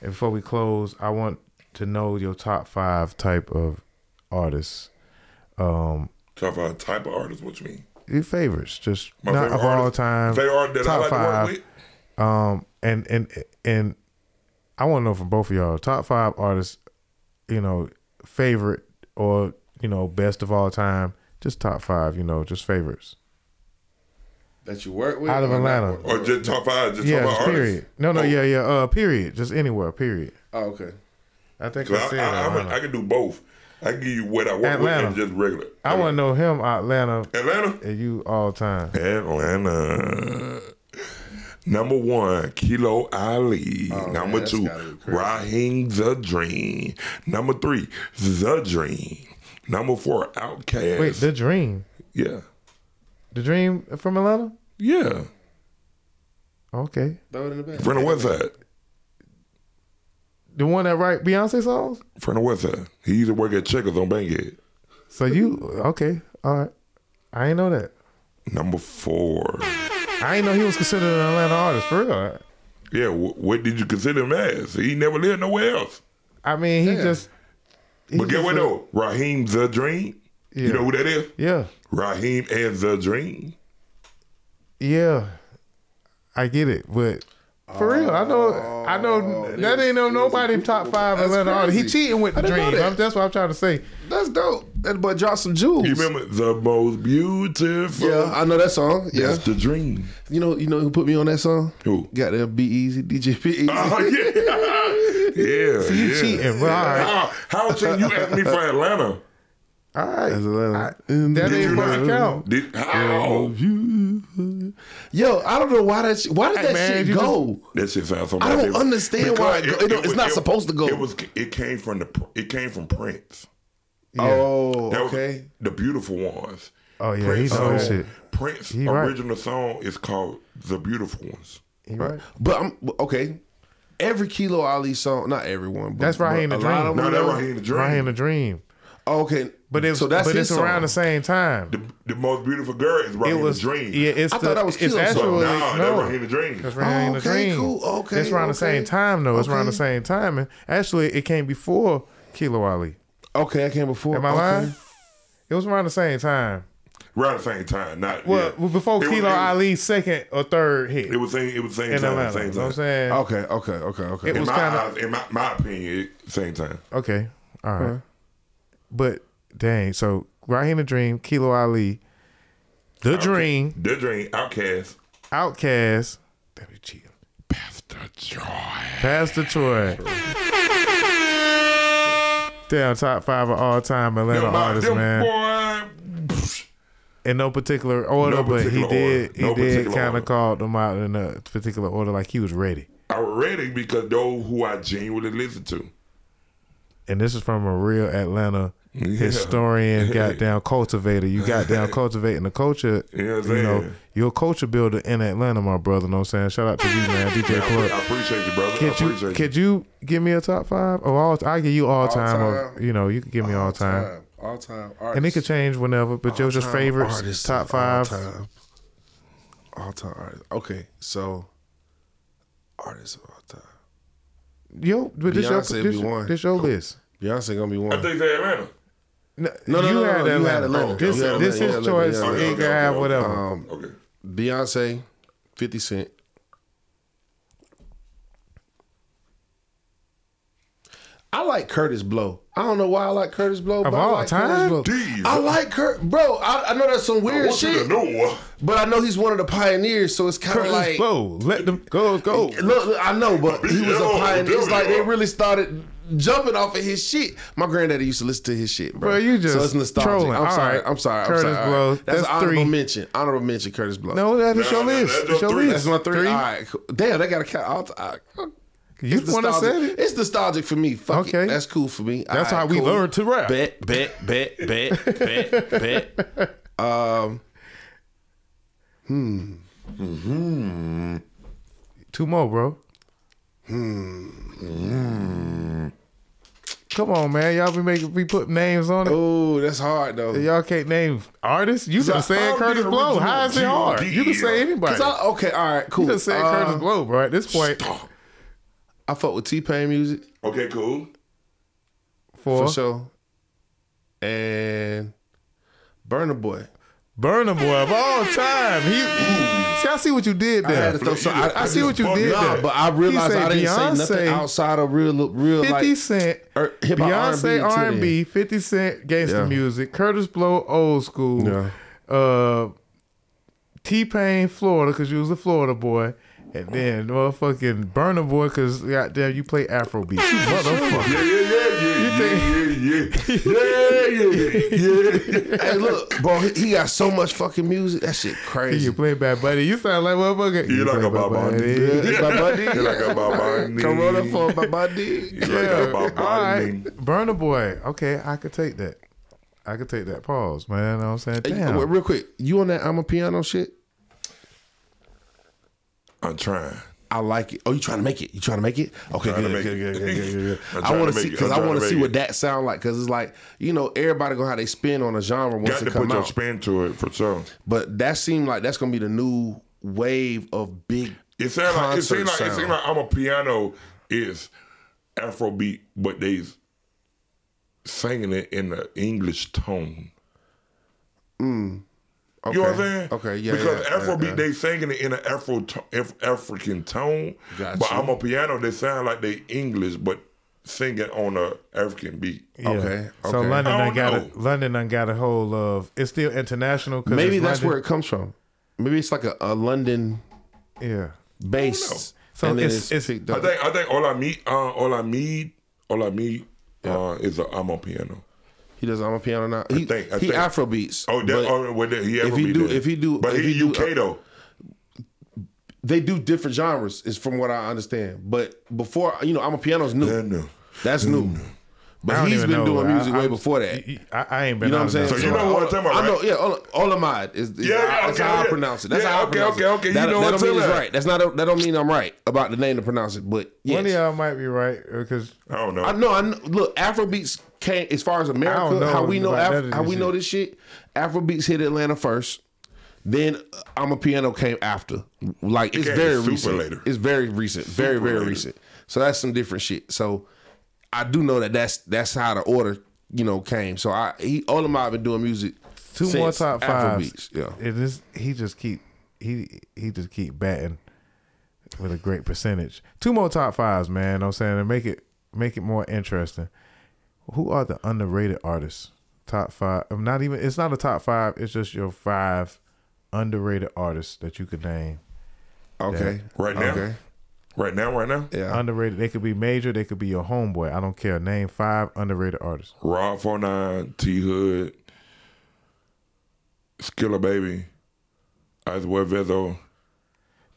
and before we close, I want to know your top five type of artists.
Top five type of artist, what you mean?
Your favorites, just
My
not
favorite
of all
artist-
time.
Favorite artist that I like to work with?
Um, and and and I want to know from both of y'all top five artists. You know, favorite or you know best of all time. Just top five. You know, just favorites
That you work with
out of
or not
Atlanta.
work-
Or just top five, just
Yeah,
top
just
five artists.
period. No, no,
Oh,
yeah, yeah. Uh, period. Just anywhere. Period.
Oh, okay.
I think
'cause
I
I,
said
I, I'm a-
Atlanta.
I can do both. I can give you what I work
Atlanta.
with and just regular.
I want to know him, Atlanta,
Atlanta.
and you all time.
Atlanta. Number one, Kilo Ali. Number
Oh, that's
two,
gotta be crazy.
Raheem the Dream. Number three, The Dream. Number four, Outkast.
Wait, the dream,
yeah,
the dream from Atlanta.
yeah.
Okay,
Throw it in the back.
Friend of West Side.
the one that write Beyonce songs.
Friend of West Side. He used to work at Checkers on Bankhead.
So you okay? All right, I ain't know that.
Number four.
I ain't know he was considered an Atlanta artist for real.
Yeah, wh- what did you consider him as? He never lived nowhere else.
I mean, he
Yeah.
just. he
But get
just
what
a-
though? Raheem the Dream.
Yeah.
You know who that is?
Yeah,
Raheem and the Dream.
yeah, I get it, but. For real, I know, I
Oh,
know that ain't no nobody top five
That's
Atlanta artist. He
crazy.
cheating with
I
the
didn't know
dream.
that.
I'm- that's what I'm trying to say.
That's dope. That boy dropped some jewels.
You remember the most beautiful?
Yeah, I know that song. Yeah.
That's the dream.
You know, you know who put me on that song? [LAUGHS]
Who?
Goddamn Be Easy, DJ Be Easy.
[LAUGHS] Oh
[LAUGHS]
yeah, yeah.
You
yeah.
cheating, bro? All right,
How, how can you ask me for Atlanta?
[LAUGHS]
all right.
That's Atlanta.
I- that ain't
you
supposed to
not?
count.
Did, how?
Yo, I don't know why that. Sh- why did
Hey,
that
man, you
shit go?
That shit sounds so.
I don't
bad. It-
understand why it
because
go- it don't- it's
was-
not supposed to go.
It was. It came from the. pr- It came from Prince.
Oh,
That was
okay.
the beautiful ones.
Oh yeah, he
Prince
know that
song-
shit.
Prince
He right.
original song is called "The Beautiful Ones."
He right.
But I'm okay. Every Kilo Ali song, not everyone. But,
That's Raheem
but
the
a lot
Dream.
of
No,
them
that
are-
Raheem the Dream.
Raheem the Dream.
Okay,
But it's
so that's
but
his
it's around the
song.
same time.
the, the most beautiful girl is
it
Raheem
was
the Dream.
Yeah, it's
I
the,
thought that was
it's
Kilo song.
actually
Nah, that
no.
Raheem the Dream.
That's Raheem
Oh,
the
okay,
Dream.
cool. Okay,
it's around the
okay.
same time though. It's around the
Okay.
same time, and actually, it came before Kilo Ali.
Okay, I came before.
Am I
okay.
lying? It was around the same time.
Around the same time, not
Well,
yeah.
before
It was-
Kilo
it was-
Ali's second or third hit
It was same. It was same
in
time.
Atlanta.
Same
You know what I'm
time.
saying?
Okay, okay, okay, okay.
It
in
was
my
kinda-
eyes, in my, my opinion, it- same time.
Okay. All
Uh-huh.
right. But dang, so Raheem the Dream, Kilo Ali, The Dream,
The Dream, Outcast,
Outcast, WG,
Pastor Joy.
Pastor
[LAUGHS]
Troy. Damn, top five of all time Atlanta
Them, my,
artists,
them
man.
boy. psh,
In no particular order,
No
but he
particular
did
order.
he
No
did
particular
kind
order.
of called them out in a particular order, like he was ready.
I was ready because those who I genuinely listen to.
And this is from a real Atlanta
Yeah. [LAUGHS]
historian, goddamn cultivator. You goddamn cultivating the culture.
You know what I'm
you know,
saying?
you're a culture builder in Atlanta, my brother. Know what I'm saying? Shout out to you, man,
[LAUGHS]
DJ
I,
Plug.
I appreciate you, brother. I
Could
appreciate
you could you give me a top five? Or all I give you all, time, or
time.
you know, you could give me all, time.
all time,
And it could
artists.
change whenever, but yours just
All-time
favorites,
artists
top
of all
five.
time. all time artists. Okay, so artists of all time.
Yo, but this your,
Beyonce
this,
be one.
this your list.
Beyonce gonna be one.
I think they Atlanta.
No,
No, no,
you
no, no,
had
no, you
Atlanta.
had Atlanta.
This,
You had
this
Atlanta,
his
you had Atlanta,
choice.
you had
He
Atlanta.
can have whatever.
Um,
Okay.
Beyonce, Fifty Cent. I like Curtis Blow. I don't know why I like Curtis Blow. but I
all
like
time?
Curtis Blow.
Jeez.
I like Kurt, bro. I, I know that's some
I
weird
want you to
shit,
know.
but I know he's one of the pioneers. So it's kind of
Curtis
like
Blow, let them go, go.
Look, look, I know, but he was a
Yo,
pioneer. It's like they
dude.
really started jumping off of his shit. My granddaddy used to listen to his shit, bro.
Bro, you just
so it's nostalgic.
trolling.
I'm
All
sorry.
right.
I'm sorry. I'm
Curtis
sorry. All
Blow.
That's,
That's
an honorable
three.
mention. Honorable mention. Curtis Blow.
No, that is
Nah,
your
nah,
list.
that's
It's
your
your
three.
list.
that's my three. All right. cool. Damn, they got to count. All time.
You
It's
the one that
nostalgic.
said it.
It's nostalgic for me. Fuck okay.
Okay.
it. That's cool for me.
That's
All
how we
cool.
learned to rap.
Bet, bet, bet, bet, bet, bet. Um,
Two more, bro.
Hmm.
Come on, man. Y'all be making we put names on it.
oh, that's hard though.
Y'all can't name artists. You
I-
just said
I'm
Curtis
the
Blow.
original
How is it hard?
G.D.
You can say anybody.
'Cause I- okay, all right, cool.
You just said
Uh,
Curtis Blow, bro. At this point,
I fuck with T Pain music.
uh, Okay, cool.
for,
for sure. And Burner Boy.
Burner Boy of all time. He, see, I see what you did
I had
there.
to throw some.
you
I,
just-
I
I see what you
fucked
did
it
nah,
there.
up.
but I
He
realized
said
I didn't say nothing
Beyonce,
outside of real, real
50
like.
Cent,
er, hip hop,
Beyonce
R&B to
R and B, Fifty Cent, gangster
Yeah.
music, Curtis Blow, old school, uh, T Pain, Florida, because you was a Florida boy, and then motherfucking Burner Boy, because goddamn, you play Afrobeat. You motherfucker.
Yeah, yeah, yeah, yeah,
think-
yeah, yeah, yeah, yeah, yeah, yeah.
hey, look, bro, he, he got so much fucking music. That shit crazy.
You play Bad Buddy. You sound like motherfucker.
You like
play
a
Bad
Bad Bunny.
Yeah, my
[LAUGHS]
buddy.
You like a
[LAUGHS]
Bad Bunny.
Corona for my buddy.
You like
Yeah.
a
[LAUGHS] All
Bad Bunny.
right. Burner Boy. Okay, I could take that. I could take that pause, man. You know what I'm saying?
Hey,
Damn.
wait, real quick, you on that I'm a piano shit?
I'm trying.
I like it. Oh, you trying to make it? You trying to make it? Okay,
trying
good,
to
good,
make
good,
it.
good, good, good, good.
I'm
I
trying
want
to
to see
make it.
because
I'm
I
trying
want
to
to see
make
what
it.
that sound like because it's like you know everybody gonna have they spin on a genre once
Got
it
to
come
put your
out.
spin to it for sure.
But that seemed like that's gonna be the new wave of big.
It sounds like it
concert
seems like it
sound.
seems like I'm a piano is Afrobeat, but they singing it in the English tone.
Okay.
You know what I'm saying?
Okay, yeah,
Because
yeah,
Afrobeat,
yeah, yeah.
they singing it in an Afro to- Af- African tone,
Got
but
you.
I'm a piano. They sound like they English, but singing on a African beat.
Yeah.
Okay,
So
okay.
London
I
done
don't
got
know.
a, London done got a hold of it's still international 'cause
Maybe
it's
that's where
London.
it comes from. Maybe it's like a, a London
yeah.
based.
So
and then
it's- it's-
picked
I
up.
think I think all I meet, uh, all I meet, all I meet uh, is a I'm a piano.
He does. I'm a piano now. He,
think- I
he
think-
Afro beats.
Oh, that, oh, well, that, he
if he
Afrobeat
do-
then.
if he do-
but
if
he,
he do,
UK
uh,
though.
they do different genres, is from what I understand. But before, you know, I'm a piano's new.
Yeah, no.
That's new.
I
But
don't
he's
even
been
know.
doing
I-
music way
I-
before that.
Y- y- I, I ain't been.
You know what I'm
out of
saying?
that
So you
for a
know
while.
what I'm talking about,
I know,
right?
yeah, Ola- Olamide is, is
Yeah, yeah,
that's
okay,
how I
yeah.
pronounce it. That's
Yeah,
how I
okay,
pronounce
okay,
it.
okay, you
That,
know
that
what
don't mean
I'm
it's
saying.
right. That's not. That don't mean I'm right about the name to pronounce it. But
One of
yes,
y'all might be right because
I don't know.
I know. I know, look. Afrobeats came as far as
I
America.
don't know
how we know?
about
Af-
none of
how
this
we know
shit.
this shit? Afrobeats hit Atlanta first. Then uh, I'm a piano came after. Like it's
came
very
super
recent.
later.
It's very recent. very very
later.
recent. So that's some different shit. So I do know that that's that's how the order you know came. So I he all of my been doing music.
two more
since
top fives.
Afrobeats. Yeah.
It is he just keep he he just keep batting with a great percentage. Two more top fives, man. Know what I'm saying to make it make it more interesting. Who are the underrated artists? Top five. I'm not even. It's not a top five. It's just your five underrated artists that you could name.
Okay.
Right now?
Okay.
right now, right now,
Yeah.
Underrated. They could be major. They could be your homeboy. I don't care. Name five underrated artists.
Rob 49, T Hood, Skiller Baby, Icewell Vezo.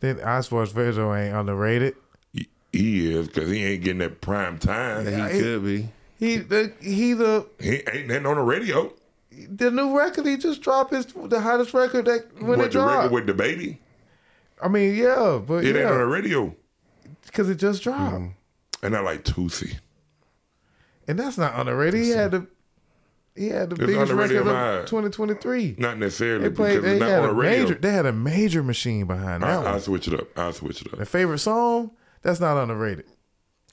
Then Oswald Virgil ain't underrated.
He- He is because he ain't getting that prime time.
he could be.
He the he the
He ain't nothing on the radio.
the new record he just dropped is the hottest record that when it
With the record
dropped.
with the baby,
I mean, yeah, but
it ain't on Mm-hmm. the
yeah,
radio.
because it just dropped,
And I like Tootsie.
and that's not underrated. He had the he had the
It's
biggest
underrated
record
in my
of
eyes.
2023.
Not necessarily
They played.
because
They
it's not
had
on
a
the radio. Uh-uh.
major. They had a major machine behind that
I, I
one.
switch it up. I switch it up.
The favorite song that's not underrated,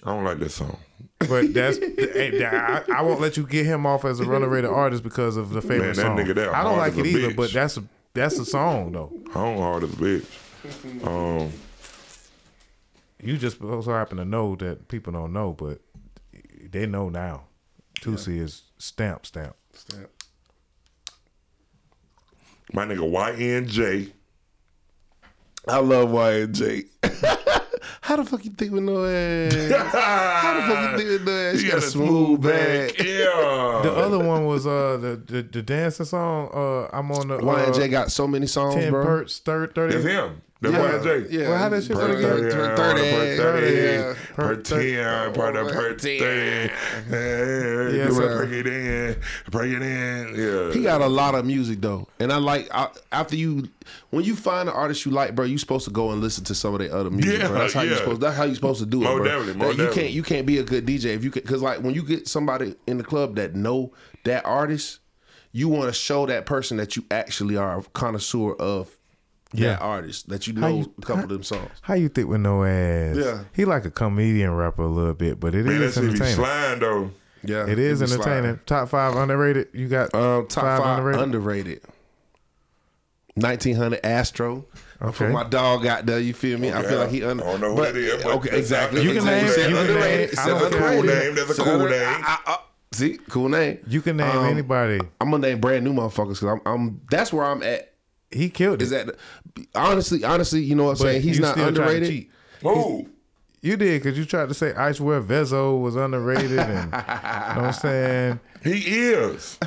I don't like that song.
but
[LAUGHS]
that's hey, I, I won't let you get him off as a underrated artist because of the favorite
that
song.
nigga there
I don't
hard
like
as
it
a
either,
bitch.
but that's a, that's a song though.
I don't hard as
[LAUGHS]
a bitch. Um,
You just also happen to know that people don't know, but they know now. Tusi is stamp, stamp.
my nigga
[LAUGHS]
YNJ.
I love YNJ. [LAUGHS] How the fuck you think with no
[LAUGHS]
ass?
How
the fuck you did that? She got a smooth back.
Yeah.
[LAUGHS]
Oh,
The other one was uh the the, the dancing song. Uh, I'm on the uh,
YNJ got so many songs,
ten
bro.
perts thirty.
That's him. That's YNJ.
Yeah.
Well, how that shit
Per-
go together?
per-
30, 30,
yeah.
per 10, per the per 10. Yeah,
Oh, sir.
break it in, break it in. Yeah.
He got a lot of music though, and I like I, after you when you find an artist you like, bro. You supposed to go and listen to some of their other music.
Yeah,
bro. That's how you
yeah.
supposed. That's how you supposed to do it,
Most
bro.
definitely, most
That you can't
definitely.
you can't be a good DJ if you because like when you get somebody in the club that know that artist, you want to show that person that you actually are a connoisseur of
Yeah.
that artist that you
How
know
you-
a couple of
how-
them songs.
How you think with no ass?
Yeah.
he like a comedian rapper a little bit, but it is
Man, that shit be
entertaining.
slime, though.
Yeah,
It is
he be sliding.
entertaining. Top five underrated. You got
Um, top five, underrated.
underrated.
Nineteen hundred Astro.
Okay.
Okay. my dog out there, you feel me? I
Okay,
feel like he
I
under.
don't know who
but-
that is, but
okay,
that's
exactly.
out there.
You can
Exactly.
name-
Said
you can name-
underrated,
I
said
don't care.
underrated.
Cool name, that's a
Said
cool
under-
name.
I- I- I- see, cool name.
You can name
Um,
anybody.
I'm gonna name brand new motherfuckers because I'm, I'm. That's where I'm at.
He killed it.
Is that honestly, honestly, you know what
But
I'm saying? He's
you
not
still trying to
underrated.
cheat.
Whoa.
You did because you tried to say Icewear Vezo was underrated, and you know what I'm saying,
He is.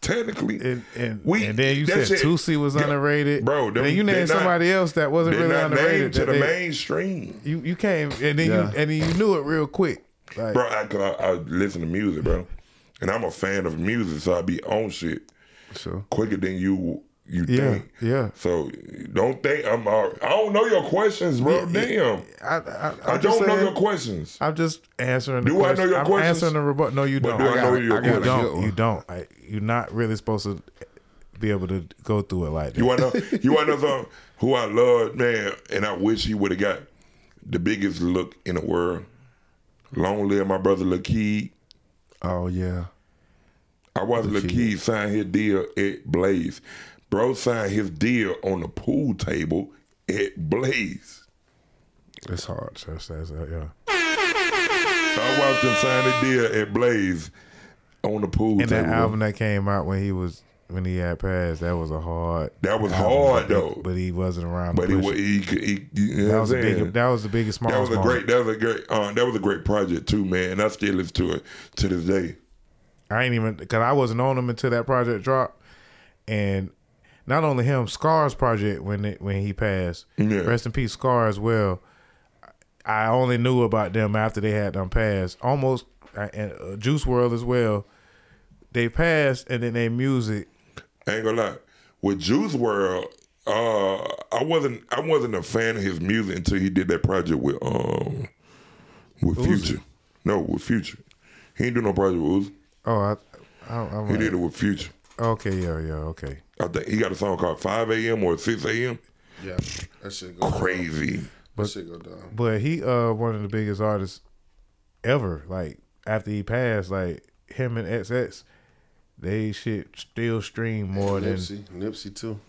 Technically.
and and,
We-
and then you said
that shit-
Tusi was
Yeah,
underrated,
bro,
then
them-
you
they
named
not-
somebody else that wasn't
They're
really
not named
underrated.
to
that
the
they-
mainstream.
You you came and then
Yeah.
you and then you knew it real quick. Like,
Bro, I, 'cause I, I listen to music, bro. And I'm a fan of music, so I be on shit
so
quicker than you you
Yeah,
think.
yeah.
So don't think I'm all, I don't know your questions, bro.
Yeah,
Damn.
I I,
I
I'm just
don't know
saying-
your questions.
I'm just answering. The
Do I
question.
know your
I'm
questions?
answering the rebuttal. No, you
But
don't.
do I know
it.
your
you
questions?
don't. You don't. I, you're not really supposed to be able to go through it like that.
You want to you want to know
[LAUGHS]
something? who I love, man, and I wish he would have got the biggest look in the world. Long live my brother Lakeed.
Oh yeah.
I watched Lakeed sign his deal at Blaze. Bro signed his deal on the pool table at Blaze.
It's hard.
So it's- it's, uh, yeah.
I watched him sign a deal at Blaze on the pool
And
table.
that album that came out when he was when he had passed, that was a hard.
That was
album, but
hard,
he-
though.
But he wasn't around.
but
to
he,
push
wa-
it.
he, he, you know
that
what
was
I'm
the
saying?
biggest. That was the biggest.
That was
Smalls
a
moment.
great. That was a great. Um, that was a great project too, man. And I still listen to it to this day.
I ain't even because I wasn't on him until that project dropped, and not only him, Scar's project when it, when he passed.
Yeah.
Rest in peace, Scar as well. I only knew about them after they had them pass. Almost I- and uh, Juice World as well. They passed, and then they music.
I ain't gonna lie. With Juice World, uh, I wasn't I wasn't a fan of his music until he did that project with um with Future. No, with Future. He ain't do no project with Uzi.
Oh, I, I, I'm
He
like,
did it with Future.
okay, yeah, yeah, okay.
I think he got a song called Five AM or Six AM.
Yeah. That shit go.
Crazy.
That shit go down.
But he uh one of the biggest artists ever. Like after he passed, like him and XX, they shit still stream more than
Nipsey. Nipsey too.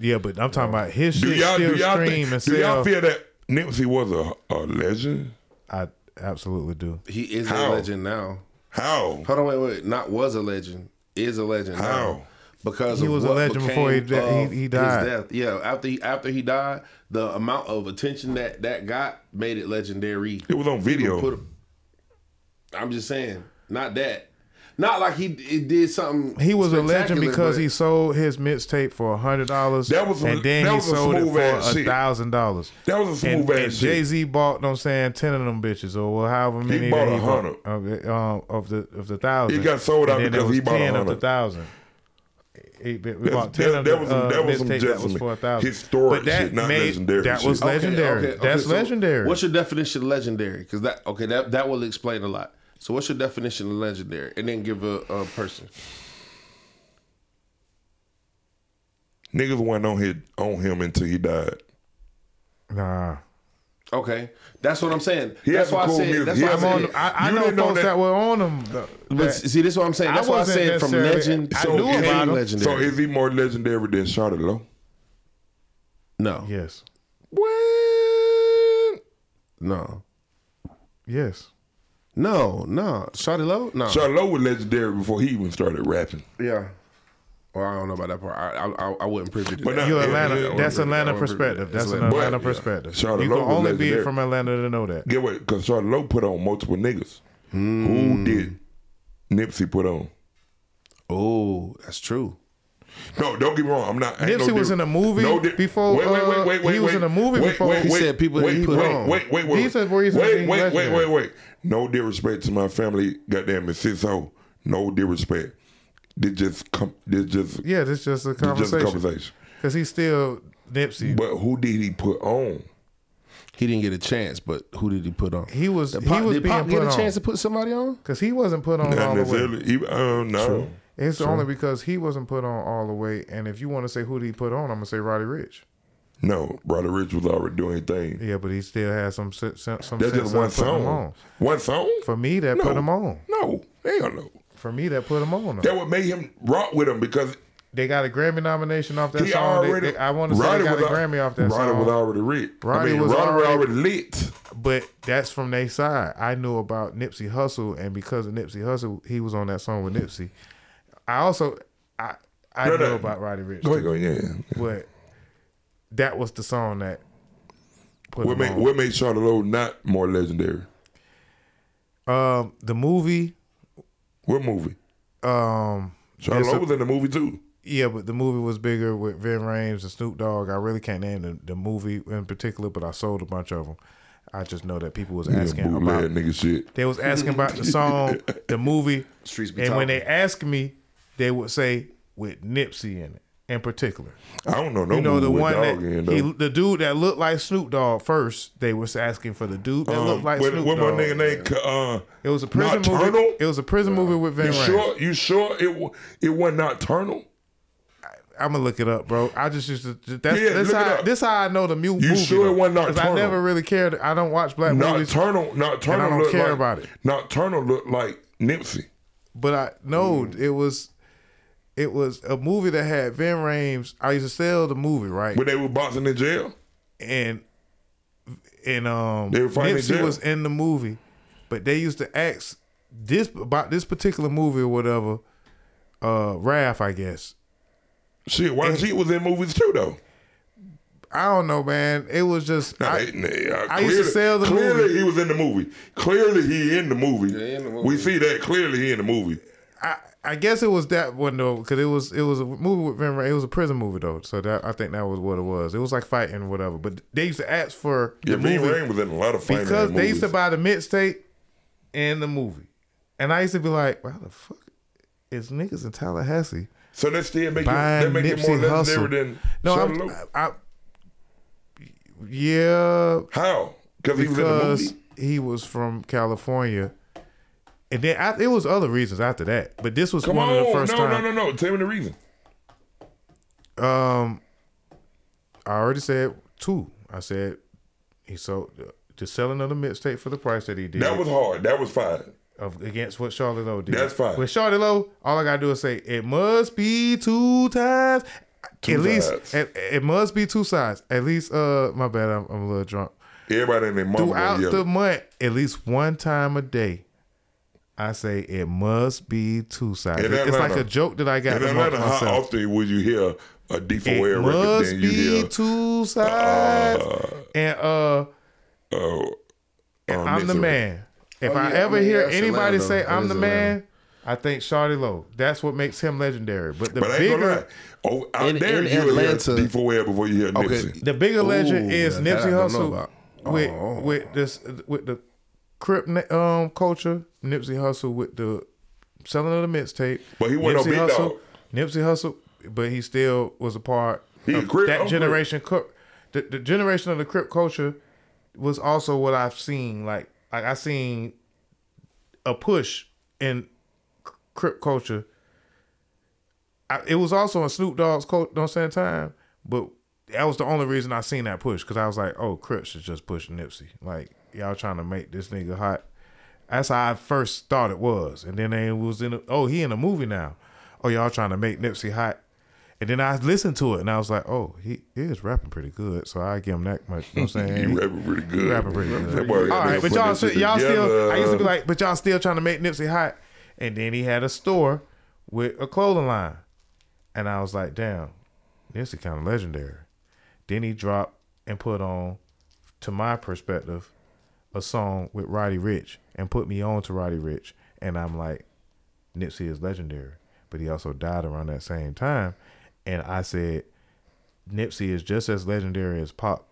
Yeah, but I'm talking about his
Do
shit
y'all
still
do y'all
stream and
think, do y'all
sell.
feel that Nipsey was a, a legend?
I absolutely do.
He is
How?
a legend now.
How?
Hold on, wait, wait. Not was a legend. Is a legend.
How?
Now. Because
He
of
was a
what
legend before he
became
de- he-
of
he
his
died.
death. Yeah, after he after he died, the amount of attention that that got made it legendary.
It was on video.
Put, I'm just saying, not that, not like he it did something.
He was a legend
spectacular,
because
but-
he sold his mixtape for a hundred dollars.
That was a-
and then
that
he
was a
sold it for
smooth-ass
a
shit.
thousand dollars.
That was a smooth
And,
ass
and
shit.
Jay Z bought, know what I'm saying, ten of them bitches, or however many that
bought
he
a
bought of, um, of the of the thousand.
It got sold out
And then there
because
was
he bought a
ten of the
hundred.
thousand. He, we bought ten
that-
of
that
the
was some-
uh,
that was some
mixtape that was
gentleman.
for a thousand.
Historic
but that
shit, not
made,
legendary
That was
shit.
Okay,
legendary.
okay, okay,
That's
so
legendary.
What's your definition of legendary? Because that okay, that that will explain a lot. So what's your definition of legendary? And then give a, a person.
Niggas wasn't on his, on him until he died.
nah.
Okay, that's what I'm saying.
He had
that's
some
why
cool
I said.
music.
That's
He
why
had
I
I'm on.
said.
some-
I, I
You
know
didn't know
folks
that-
that, were on them. though,
but
that-
see, this is what I'm saying.
I
That's why I
wasn't
said from
necessarily-
legend
I
to
knew
became
about him.
legendary.
So is he more legendary than Charlotte Lowe?
no,
yes,
What?
no,
yes.
no, no. Shotty Low, no.
Charlotte Lowe was legendary before he even started rapping.
yeah. Well, I don't know about that part. I I, I, I wouldn't privy to that.
But no,
You
Yeah,
Atlanta.
yeah, yeah.
that's
Yeah,
Atlanta
yeah,
perspective.
yeah.
That's an
But-
Atlanta
yeah.
perspective.
Charlotte
you
Lowe
can
was
only be
legendary.
from Atlanta to know that.
Get what? Because Charlotte Lowe put on multiple niggas.
Hmm.
Who did Nipsey put on?
Oh, that's true.
No, don't get me wrong. I'm not. I ain't
Nipsey
no
was
dude.
in a movie
no, di-
before,
Wait, wait,
uh,
wait, wait, wait.
he was
wait,
in a movie
wait,
before-
Wait,
He
wait,
said people that
wait,
he put
wait,
on.
Wait, wait, wait.
These are reasons that
Wait,
he's
wait, wait,
legendary.
wait, wait. No disrespect to my family. Goddamn it, sis. Oh, no disrespect. This just come. This just.
Yeah, this just a
This just a
conversation
conversation.
because he's still Nipsey.
But who did he put on?
He didn't get a chance, but who did he put on?
He was-
Did
he was
did
being
Pop get
put
a
on.
chance to put somebody on.
Because he wasn't put on all
Not
the way.
necessarily. Even, uh, no.
It's only because he wasn't put on all the way. And if you want to say who did he put on, I'm gonna say Roddy Rich.
No, Brother Rich was already doing his thing.
Yeah, but he still has some se- se- some
That's
sense of
just one
putting him on.
song. One song?
For me, that put him on.
No, hell no.
For me, that put him on.
That would make him rock with him because
They got a Grammy nomination off that
he
song. They-
already.
they- I want to say
Roddy
they got a
was al-
Grammy off that
Roddy
song.
was already lit.
Roddy
I mean,
was
Roddy
already-
already lit.
but that's from their side. I knew about Nipsey Hussle, and because of Nipsey Hussle, he was on that song with Nipsey. I also I I
No,
know
no.
about Roddy Rich,
Go
too,
ahead, go ahead. Yeah.
but that was the song that put
What
them
made
on.
what made Charlotte Lowe not more legendary?
Um, the movie,
What movie?
um,
Charlotte
It's a-
Lowe was in the movie too.
yeah, but the movie was bigger with Vin Rames and Snoop Dogg. I really can't name the, the movie in particular, but I sold a bunch of them. I just know that people was
Yeah,
asking about
bootleg nigga shit.
They was asking about the
[LAUGHS]
song, the movie,
Streets be
and when
talking.
they asked me, they would say with Nipsey in it, in particular.
I don't know no
You know the
movie
one
with dog
that
in though.
he, the dude that looked like Snoop Dogg first. They was asking for the dude that
Um,
looked like
what,
Snoop
what my
Dogg.
nigga named uh,
It was a prison
Nocturnal?
movie. It was a prison movie with Vin
You
Rames.
sure? You sure it wa- it wasn't nocturnal?
I'm gonna look it up, bro. I just used to. That's,
Yeah,
that's
look it
how.
up.
This how I know the mu- movie.
sure it
though,
wasn't
'cause I
Nocturnal?
never really cared. I don't watch black movies,
Nocturnal, nocturnal.
and I don't
looked
care
like-
about it.
Nocturnal looked like Nipsey.
but I no.
Mm.
It was. It was a movie that had Vin Rames. I used to sell the movie, right?
when they were boxing in jail.
and and um
They were fighting in
Nipsey
jail.
was in the movie, but they used to ask this about this particular movie or whatever. Uh, Raph, I guess.
Shit, why she was in movies too though?
I don't know, man. It was just
Nah,
I,
they- nah,
I used to sell the
clearly
movie.
he was in the movie. Clearly he in the movie.
in the
We
movie.
see that clearly he in the movie.
I, I guess it was that one though, because it was it was a movie with Vin Ra- It was a prison movie though, so that I think that was what it was. It was like fighting or whatever. But they used to ask for the
Yeah, Vin
movie
Rain was in a lot of fame
because they used to
buy
buy the mixtape and the movie, and I used to be like, "Why the fuck is niggas in Tallahassee
So that still make it
buying
that make it more
Nipsey Hussle.
legendary than
no,
Charlotte
I'm,
Lowe.
I, I, yeah,
How? Because he was in the
because
movie.
he was from California, and then I, it was other reasons after that. But this was
Come
one
on,
of the first
no,
time.
no, no, no. Tell me the reason.
Um, I already said two. I said he sold the selling of the mixtape for the price that he did
That was hard. That was fine.
of, against what Charlotte Lowe did.
That's fine.
With Charlotte Lowe, all I gotta do is say it must be two times. at
sides.
least at, it must be two sides. At least, uh, my bad, I'm, I'm a little drunk.
Everybody in their mama
Throughout
gonna yell.
the month, at least one time a day, I say it must be two sides.
In
it's like
Atlanta.
a joke that I got.
in
amongst
Atlanta, how
myself.
often would you hear a D4
It
Air record
must
than you
be
hear Uh-uh.
two sides. and uh,
uh,
and
um,
I'm the
Nipsey.
man. If
Oh,
I
yeah,
ever
I mean,
hear
that's
anybody
Atlanta,
say
though.
I'm the
That is
man, I think Shawty Low. That's what makes him legendary. But the
But I ain't gonna lie.
bigger,
Oh, out
In-
there
in
you will hear
Atlanta-
D4 Air before you hear Nipsey.
the bigger legend
Ooh,
is
that- that I
Nipsey
don't know
Hussle
about.
with
Oh.
with this with the Crip na- um culture. Nipsey Hussle with the selling of the mixtape.
But he wasn't no big
Hussle,
dog.
Nipsey Hussle, but he still was a part
He a
of
Crip,
that
I'm Crip.
generation. Crip. The, the generation of the Crip culture was also what I've seen. Like like I seen a push in Crip culture. I, it was also in Snoop Dogg's quote, don't say time, but that was the only reason I seen that push because I was like, oh, Crips is just pushing Nipsey. Like, y'all trying to make this nigga hot. That's how I first thought it was. And then they was in, a, oh, he in a movie now. Oh, y'all trying to make Nipsey hot. And then I listened to it and I was like, oh, he, he is rapping pretty good. So I give him that much. You know what I'm saying?
He rapping pretty good.
He rapping pretty good.
That boy
All
gotta
right, but
put
y'all,
that shit
still, y'all still.
together.
I used to be like, but y'all still trying to make Nipsey hot. And then he had a store with a clothing line, and I was like, damn, Nipsey kind of legendary. Then he dropped and put on, to my perspective, a song with Roddy Rich and put me on to Roddy Rich, and I'm like, Nipsey is legendary. But he also died around that same time, and I said, Nipsey is just as legendary as Pop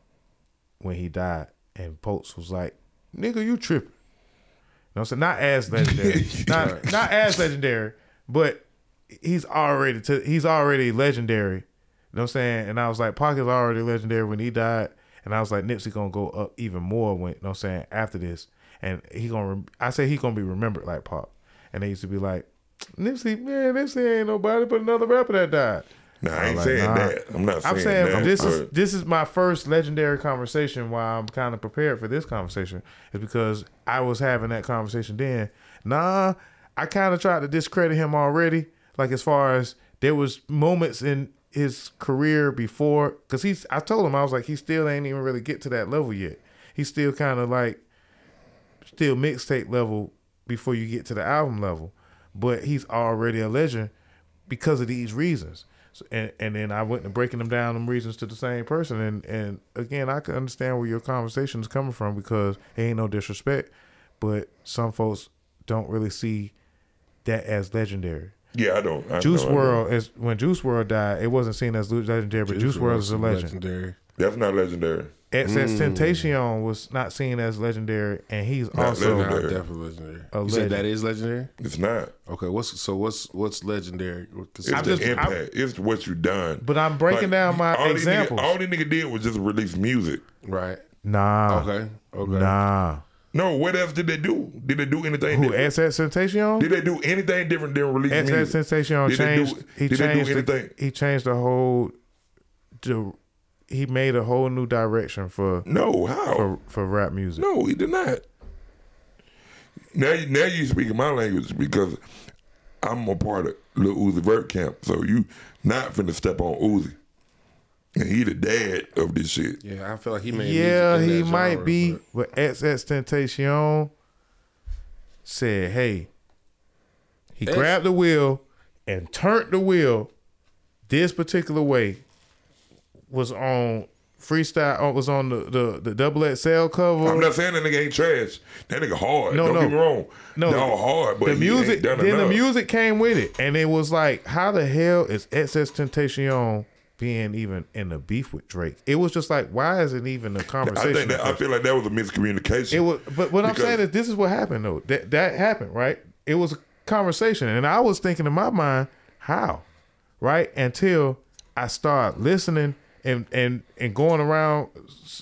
when he died, and Pulse was like, "Nigga, you tripping." You know what I'm saying? Not as legendary, not not as legendary, but he's already to, he's already legendary. You know what I'm saying? And I was like, Pac is already legendary when he died, and I was like, Nipsey gonna go up even more when you know what I'm saying after this, and he gonna rem- I say he gonna be remembered like Pop, and they used to be like, Nipsey man, Nipsey ain't nobody but another rapper that died.
Nah, I ain't
like,
saying
nah.
that. I'm not saying,
I'm saying
that.
this
but
is this is my first legendary conversation. Why I'm kind of prepared for this conversation is because I was having that conversation then. Nah, I kind of tried to discredit him already. Like as far as there was moments in his career before, because he's. I told him I was like he still ain't even really get to that level yet. He's still kind of like still mixtape level before you get to the album level, but he's already a legend because of these reasons. So, and and then I went and breaking them down them reasons to the same person. And and again, I can understand where your conversation is coming from because it ain't no disrespect, but some folks don't really see that as legendary.
Yeah, I don't. I
Juice
know, I know.
World is when Juice World died, it wasn't seen as legendary, but Juice World is a legend.
Legendary.
That's not legendary.
XS Temptation was not seen as legendary, and he's also
Nah,
legendary.
definitely legendary.
A
you
legend.
said that is legendary.
It's not.
Okay, what's so what's what's legendary?
It's
I'm
the
just-
impact.
I'm-
it's what you done.
But I'm breaking down my
all these
examples.
Nigga, all the nigga did was just release music.
right.
nah,
Okay. Okay.
nah.
No, what else did they do? Did they do anything?
Who
different?
XS Temptation?
Did they do anything different than release
XS
music?
Sensation
Did they do-
changed. he
did they do
changed.
anything?
the, he changed the whole. The, he made a whole new direction for
No, how?
for, for rap music.
No, he did not. Now, you- now you speaking my language because I'm a part of Lil Uzi Vert camp, so you not finna step on Uzi, and he the dad of this shit.
Yeah, I feel like he made.
yeah,
music in
he
that
might
genre,
be,
but-
but XX Temptation said, "Hey." He
X-
grabbed the wheel and turned the wheel this particular way. Was on freestyle. uh, Was on the the, the double XL cover.
I'm not saying that nigga ain't trash. That nigga hard.
No,
Don't
no.
get me wrong.
No,
They all hard, but
the
he
music
ain't done
then the
enough.
music came with it and it was like how the hell is XS Temptation being even in the beef with Drake it was just like why is it even a
I
conversation
think that, I feel like that was a miscommunication.
it was but what I'm
Because-
saying is this is what happened though that that happened right it was a conversation and I was thinking in my mind how right until I started listening and and and going around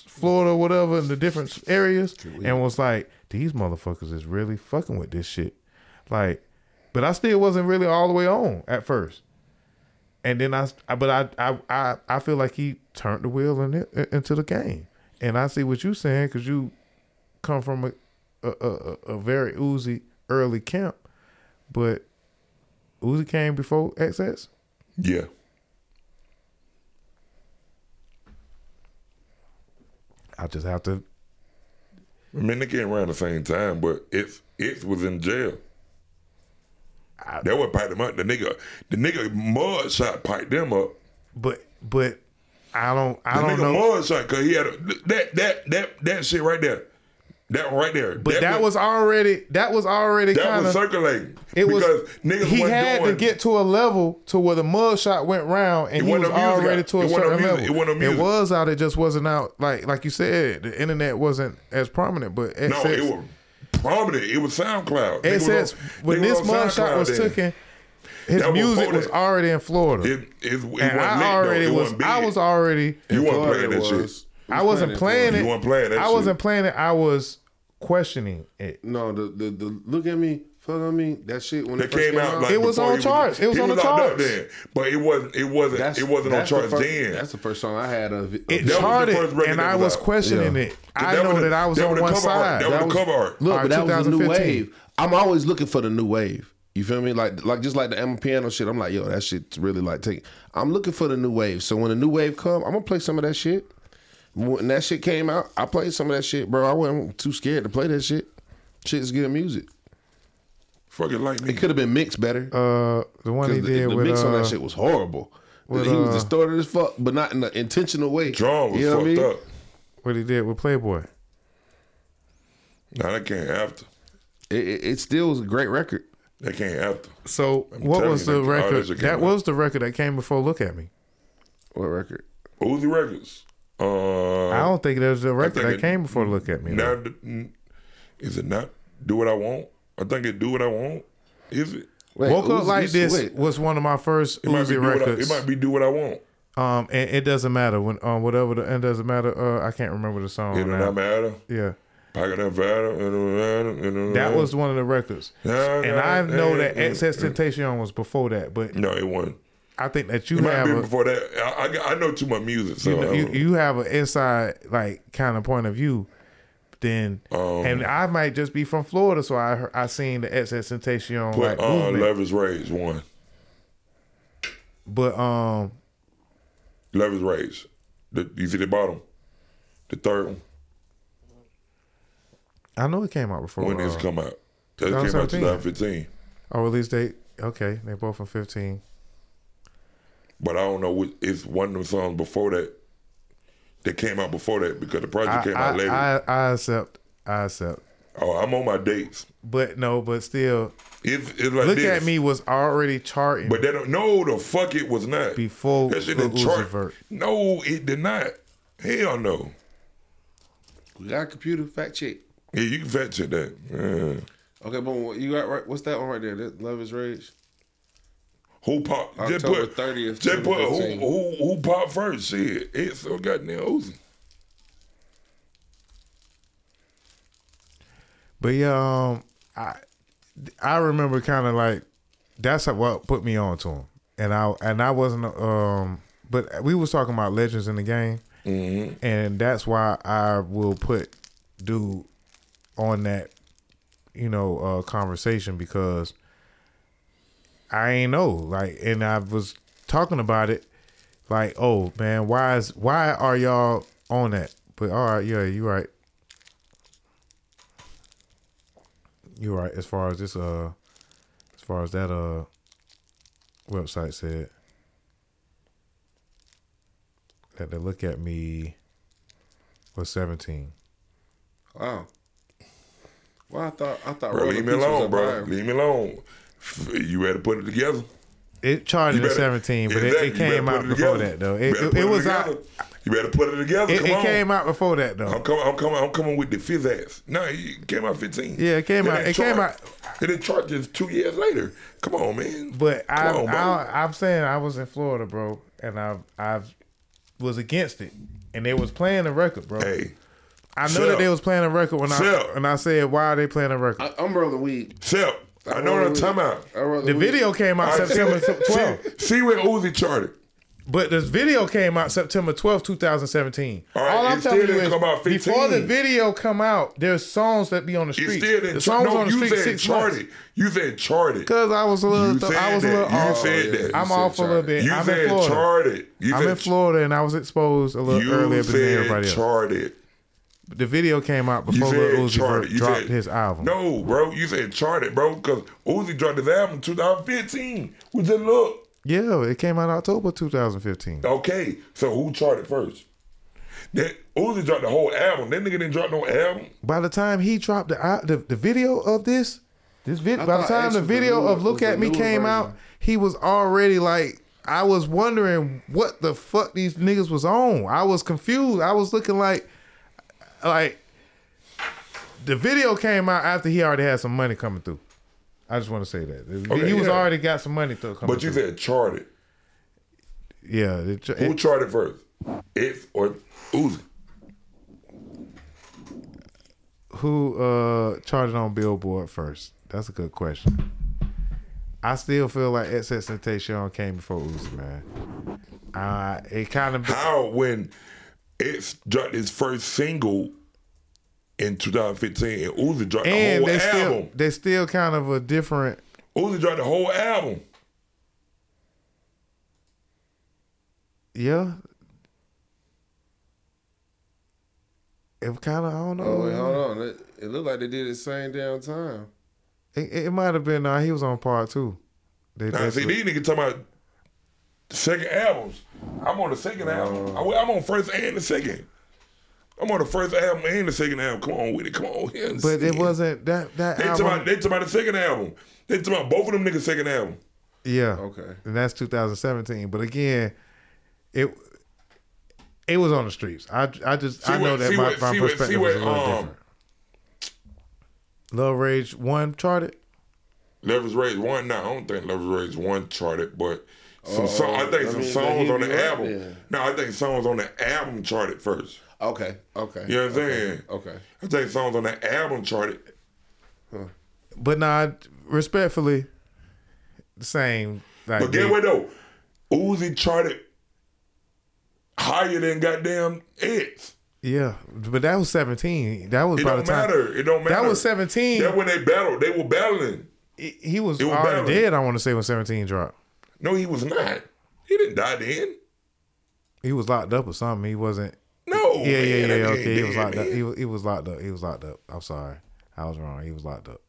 Florida or whatever in the different areas and was like these motherfuckers is really fucking with this shit like but I still wasn't really all the way on at first and then I, I- but I, I, I, I feel like he turned the wheel in it, into the game, and I see what you're saying because you come from a, a, a, a- a very Uzi early camp, but Uzi came before XS.
yeah.
I just have to.
I mean, they came around the same time, but it's it was in jail. that would pipe them up. The nigga, the nigga mud shot piped them up.
But but I don't I
The
don't
nigga
know.
mud shot because he had a, that that that that shit right there. That one right there.
but that, was, already that was already
that
kind
was
of.
circulating.
It was
because niggas
he
wasn't
had
doing,
to get to a level to where the mugshot went round, and
It
he
wasn't
was
no music
already
out.
to a
It wasn't no
certain
music.
level.
It wasn't no music.
was out. It just wasn't out. Like like you said, the internet wasn't as prominent. But
no.
XS,
It was prominent. It was SoundCloud. Nigga was on-
XS when
nigga was
this
on
mugshot
SoundCloud
was
then.
taken, his
That was
music
before
was
that.
already in Florida.
It, it, it wasn't
and
lit,
I
though.
already
It
was.
wasn't
I
big.
was already.
You weren't
Florida
playing that
was-
shit.
I wasn't playing
You
it.
weren't playing that
I
shit.
wasn't playing it. I was questioning it.
No, the, the the look at me, fuck on me. That shit when
That
it first
came out like
It was
before
on
he
charts. It was
he
on the
locked up
charts.
then, but it wasn't. It wasn't.
that's-
it wasn't on
that's the
charts
first-
then.
That's the first song I had of it.
It
was the
charted,
first record
and
that
I
was
was
out.
questioning
Yeah.
it. I
that
know
was the-
that I was
that
on
was the
one
cover art.
side.
That was the cover art.
Look,
Alright,
but that was the new
2015.
wave. I'm always looking for the new wave. You feel me? Like like just like the Emma Piano shit. I'm like, yo, that shit's really like take. I'm looking for the new wave. So when the new wave come, I'm gonna play some of that shit. When that shit came out, I played some of that shit, bro. I wasn't too scared to play that shit. Shit's good music.
Fucking like me.
It could have been mixed better.
Uh, the one he
Because the,
did
the
with
mix
uh,
on that shit was horrible.
with,
he was
uh,
distorted as fuck, but not in an intentional way.
Drum was
You know
fucked
what I mean?
up.
what he did with Playboy.
Now that came after.
It, it, it still was a great record.
That came after.
So
I'm
what
telling
was the
you, that- all that
record?
shit came
That
out.
was the record that came before Look at Me.
What record?
Uzi Records. Uh,
I don't think there's a record
think
that
it-
came before Look at Me.
now,
though.
th- n- is it not Do What I Want? I think it Do What I Want. Is it?
Wait,
Woke
Uzi-
up like
Uzi-
this
wait.
was one of my first
It might,
Uzi
be do what I,
records.
it might be Do What I Want.
Um, and it doesn't matter when um whatever the it doesn't matter. Uh, I can't remember the song.
It do
now.
not matter.
Yeah,
I got that matter.
that was one of the records.
No,
and
no,
I know
eh,
that
eh,
Excess Temptation was before that, but
No, it wasn't.
I think that you
It might
have
be
a,
before that. I, I, got- I know too much music, so uh, um,
you, know,
I
you,
don't-
you have an inside like kind of point of view then
Um,
and I might just be from Florida so I heard- I seen the excess sensation
put
like
uh,
movement
Love Is Rage one.
but um
Love Is Rage. The, you see the bottom, the third one.
I know it came out before
When did this
uh,
come out? That came out
2017.
2015.
oh release date okay they both from 15
But I don't know what it's one of them songs before that that came out before that because the project
I,
came out later.
I, I, I accept. I accept.
oh, I'm on my dates.
But no, but still,
It's, it's like
look
this.
at me was already charting
But that don't no the fuck it was not.
before
that shit didn't
Lil Uzi
chart.
Vert.
No, it did not. Hell no.
We got a computer fact check.
Yeah, you can fetch it that. Yeah.
Okay, boom. You got right. What's that one right there? That Love is Rage.
Who pop? Just
October
put,
30th,
Just put who,
2015.
who who pop first? Shit, it's so goddamn Uzi.
But yeah, um, I I remember kind of like that's what put me on to him, and I and I wasn't um, but we was talking about legends in the game, and that's why I will put dude on that, you know, uh, conversation because I ain't know like, and I was talking about it, like, oh man, why is why are y'all on that? But all right, yeah, you right. You're right. As far as this, uh, as far as that, uh, website said that they look at me was 17.
Wow. Well, I thought I thought
Bro,
Roller
leave me
Peace was
alone,
a
bro.
vibe.
Leave me alone. F- You had to put it together.
It charted
You
at
better-
17, but
Exactly,
it, it
you better
came
put
out
it
before
together.
that though.
You
It,
better
it,
put
it was
together.
out.
You better put it together.
It,
Come
it
on.
came out before that though.
I'm coming. I'm coming. I'm coming with the fifth ass. No, it came out 15.
Yeah, it came out-
didn't
it came
chart.
out-
It didn't chart just two years later. Come on, man.
But I,
Come on, bro.
I, I'm saying I was in Florida, bro, and I, I was against it, and they was playing the record, bro.
hey,
I know
Sell.
that they was playing a record when
Sell.
I and I said, "Why are they playing a record?"
I, I'm rolling weed.
Sep, I know what I'm talking about.
I roll
the
weed.
video came out
I- [LAUGHS]
September 12th,
See, see where Uzi charted.
but this video came out September 12th, 2017.
All right, it still didn't come out 15.
before the video come out, there's songs that be on the
It
street.
still didn't
the
chart.
songs
No,
on the
you
street
said
six
charted. You said charted.
Because I was a little,
You
th-
said
I was a little
that. You
off.
said that. You
I'm
said
off a little
charted.
bit.
You
I'm in
said
Florida.
charted. You
I'm
said
in Florida, and I was exposed a little
You
earlier than
said
everybody else.
charted.
the video came out
You
before
said
Lil Uzi
charted.
Vert
You
dropped
said-
his album.
No, bro. You said charted, bro. Because Uzi dropped his album in 2015. We just look.
Yeah, it came out October 2015.
Okay, so who charted first? That Uzi dropped the whole album. That nigga didn't drop no album.
by the time he dropped the out- the, the video of this, this video, by the
thought
time
X
the
was the
video
newer-
of
was
"Look
the
at Me"
newer
came
version.
out, he was already like, I was wondering what the fuck these niggas was on. I was confused. I was looking like, like, the video came out after he already had some money coming through. I just want to say that
Okay,
he was
yeah.
already got some money through. Coming
But you
through.
said charted.
yeah, it,
Who
it,
charted first? X or Uzi?
who uh charted on Billboard first? That's a good question. I still feel like XXXTentacion came before Uzi, man. Uh, it kind of
How when X dropped his first single in 2015 and Uzi dropped the
and
whole
they still
album.
they still kind of a different.
Uzi dropped the whole album.
Yeah, it kind of I don't know.
Oh wait, hold on. It, it looked like they did it same damn time.
It, it might have been. Uh, he was on part two. They,
Now, see,
they-
these niggas talking about second albums. I'm on the second
Uh.
album. I, am on first and the second. I'm on the first album and the second album. Come on with it. Come on. Yeah,
but it
yeah.
wasn't that that
They talking,
album.
about, they talking about the second album. They talking about both of them niggas' second album.
Yeah.
Okay.
And that's 2017. But again, it it was on the streets. I I just I know
what-
that
see
my,
what-
my
see what- see
perspective was a
what,
little
um,
different. Love Rage one charted.
Leverage Rage 1, no, I don't think Leverage Rage 1 charted, but some, so- I
that
think some
means that
songs
he
on
be
the
right
album.
there.
No, I think songs on the album charted first.
Okay. Okay.
You know what I'm saying?
Okay.
I think songs on the album charted.
But nah, respectfully, the same. Like,
But get
they-
what though? Uzi charted higher than goddamn X.
yeah, but that was 17. That was
It
by
don't
the time
matter. It don't matter.
that was 17.
That when they battled, they were battling.
he- he was,
it was
already
better.
dead. I want to say when 17 dropped,
No, he was not. He didn't die then.
he was locked up or something. He wasn't.
No.
Yeah,
Oh, man,
yeah,
that
yeah.
nigga
Okay,
ain't
he was
dead,
locked up.
man.
He was, he was locked up. He was locked up. I'm sorry, I was wrong. He was locked up.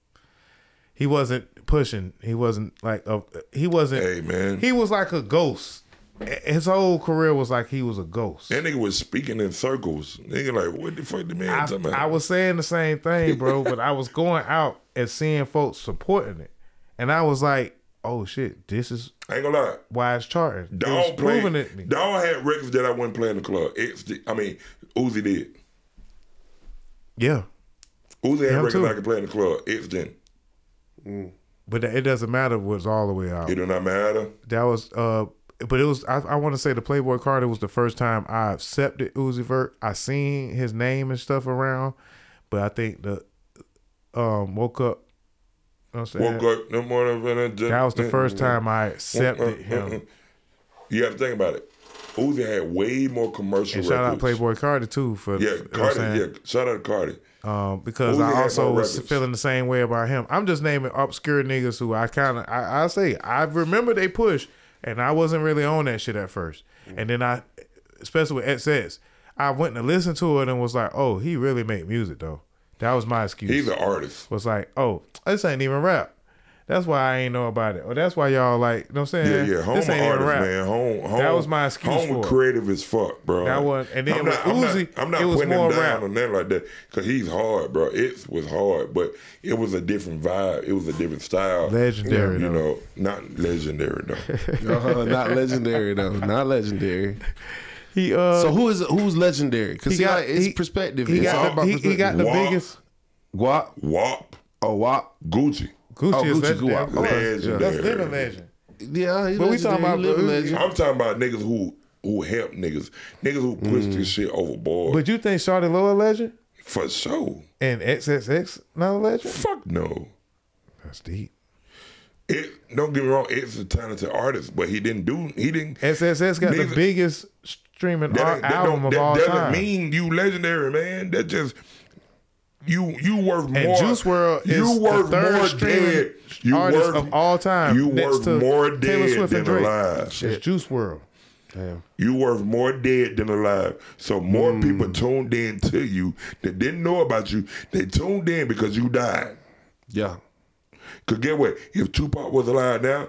He wasn't pushing. He wasn't like a. He wasn't.
Hey man.
He was like a ghost. his whole career was like he was a ghost.
That nigga was speaking in circles. Nigga, like, what the fuck the man
I,
talking about?
I was saying the same thing,
[LAUGHS]
bro, but I was going out and seeing folks supporting it. And I was like, oh shit, this is
I ain't gonna lie.
why it's charting. It was
Dog
proving
played.
it to me.
Dog had records that I wouldn't play in the club. X did- I mean, Uzi did.
Yeah.
Uzi had
Him
records
too.
I could play in the club. X didn't.
But that- it doesn't matter what's all the way out.
It do not matter.
That was uh but it was I, I want to say the Playboy Carter was the first time I accepted Uzi Vert. I seen his name and stuff around, but I think the um woke up. You know what I'm saying?
Woke up mm-hmm. no morning.
That was the first time I
Uh,
accepted
Mm-hmm.
him.
You got to think about it. Uzi had way more commercial
And
records.
shout out Playboy Carter too for
Yeah,
for- you know what I'm
Cardi.
saying?
Yeah, shout out to Cardi.
Um, because
Uzi
I
had
also
more
was
records.
feeling the same way about him. I'm just naming obscure niggas who I kind of I, I say I remember they push, and I wasn't really on that shit at first.
Mm.
And then I, especially with XS, I went and listened to it and was like, oh, he really make music though. That was my excuse.
He's an artist.
was like, oh, this ain't even rap. That's why I ain't know about it. Or that's why y'all like, you know what I'm saying? [LAUGHS]
Yeah, yeah. Home
this
artist,
ain't even rap.
man. Home, home.
was my excuse
Home was
for it.
creative as fuck, bro.
That was- and then
I'm
with
not, I'm not-
Uzi,
I'm not
it was
putting
more
him down
rap.
or nothing like that because he's hard, bro. It was hard, but it was a different vibe. It was a different style.
Legendary,
you
though.
know, not legendary
[LAUGHS]
though.
Uh, not legendary though. Not legendary.
He uh,
So who is who's legendary? Because
got-
it's
he-
perspective.
he
It's all
got the,
about
he, he
perspective.
got the
Walk.
biggest
Guap.
WAP,
Oh, WAP.
Gucci.
Gucci.
Oh,
is
Gucci
legendary.
Guap.
Oh,
Legendary.
That's living legend.
Yeah, he's
But we
legendary.
talking about
He living
Uzi.
legend.
I'm talking about niggas who who help niggas, niggas who push this shit overboard
Mm. But you think Charlotte Loa legend
for sure.
and XXX not a legend?
Fuck no.
That's deep.
It don't get me wrong. It's a talented artist, but he didn't do. He didn't.
XXX got the
Neither-
biggest streaming
That,
art
ain't- that
album
don't,
of
that
all
doesn't
time.
mean you legendary, man. That just you you worth more.
and Juice World is
you
the third streaming artist of all time.
You
next
worth
to
more
Taylor
dead
Swift
than
and Drake.
alive.
It's Juice World.
You worth more dead than alive. So more
Hmm.
people tuned in to you that didn't know about you. They tuned in because you died.
Yeah.
Cause get what? If Tupac was alive now,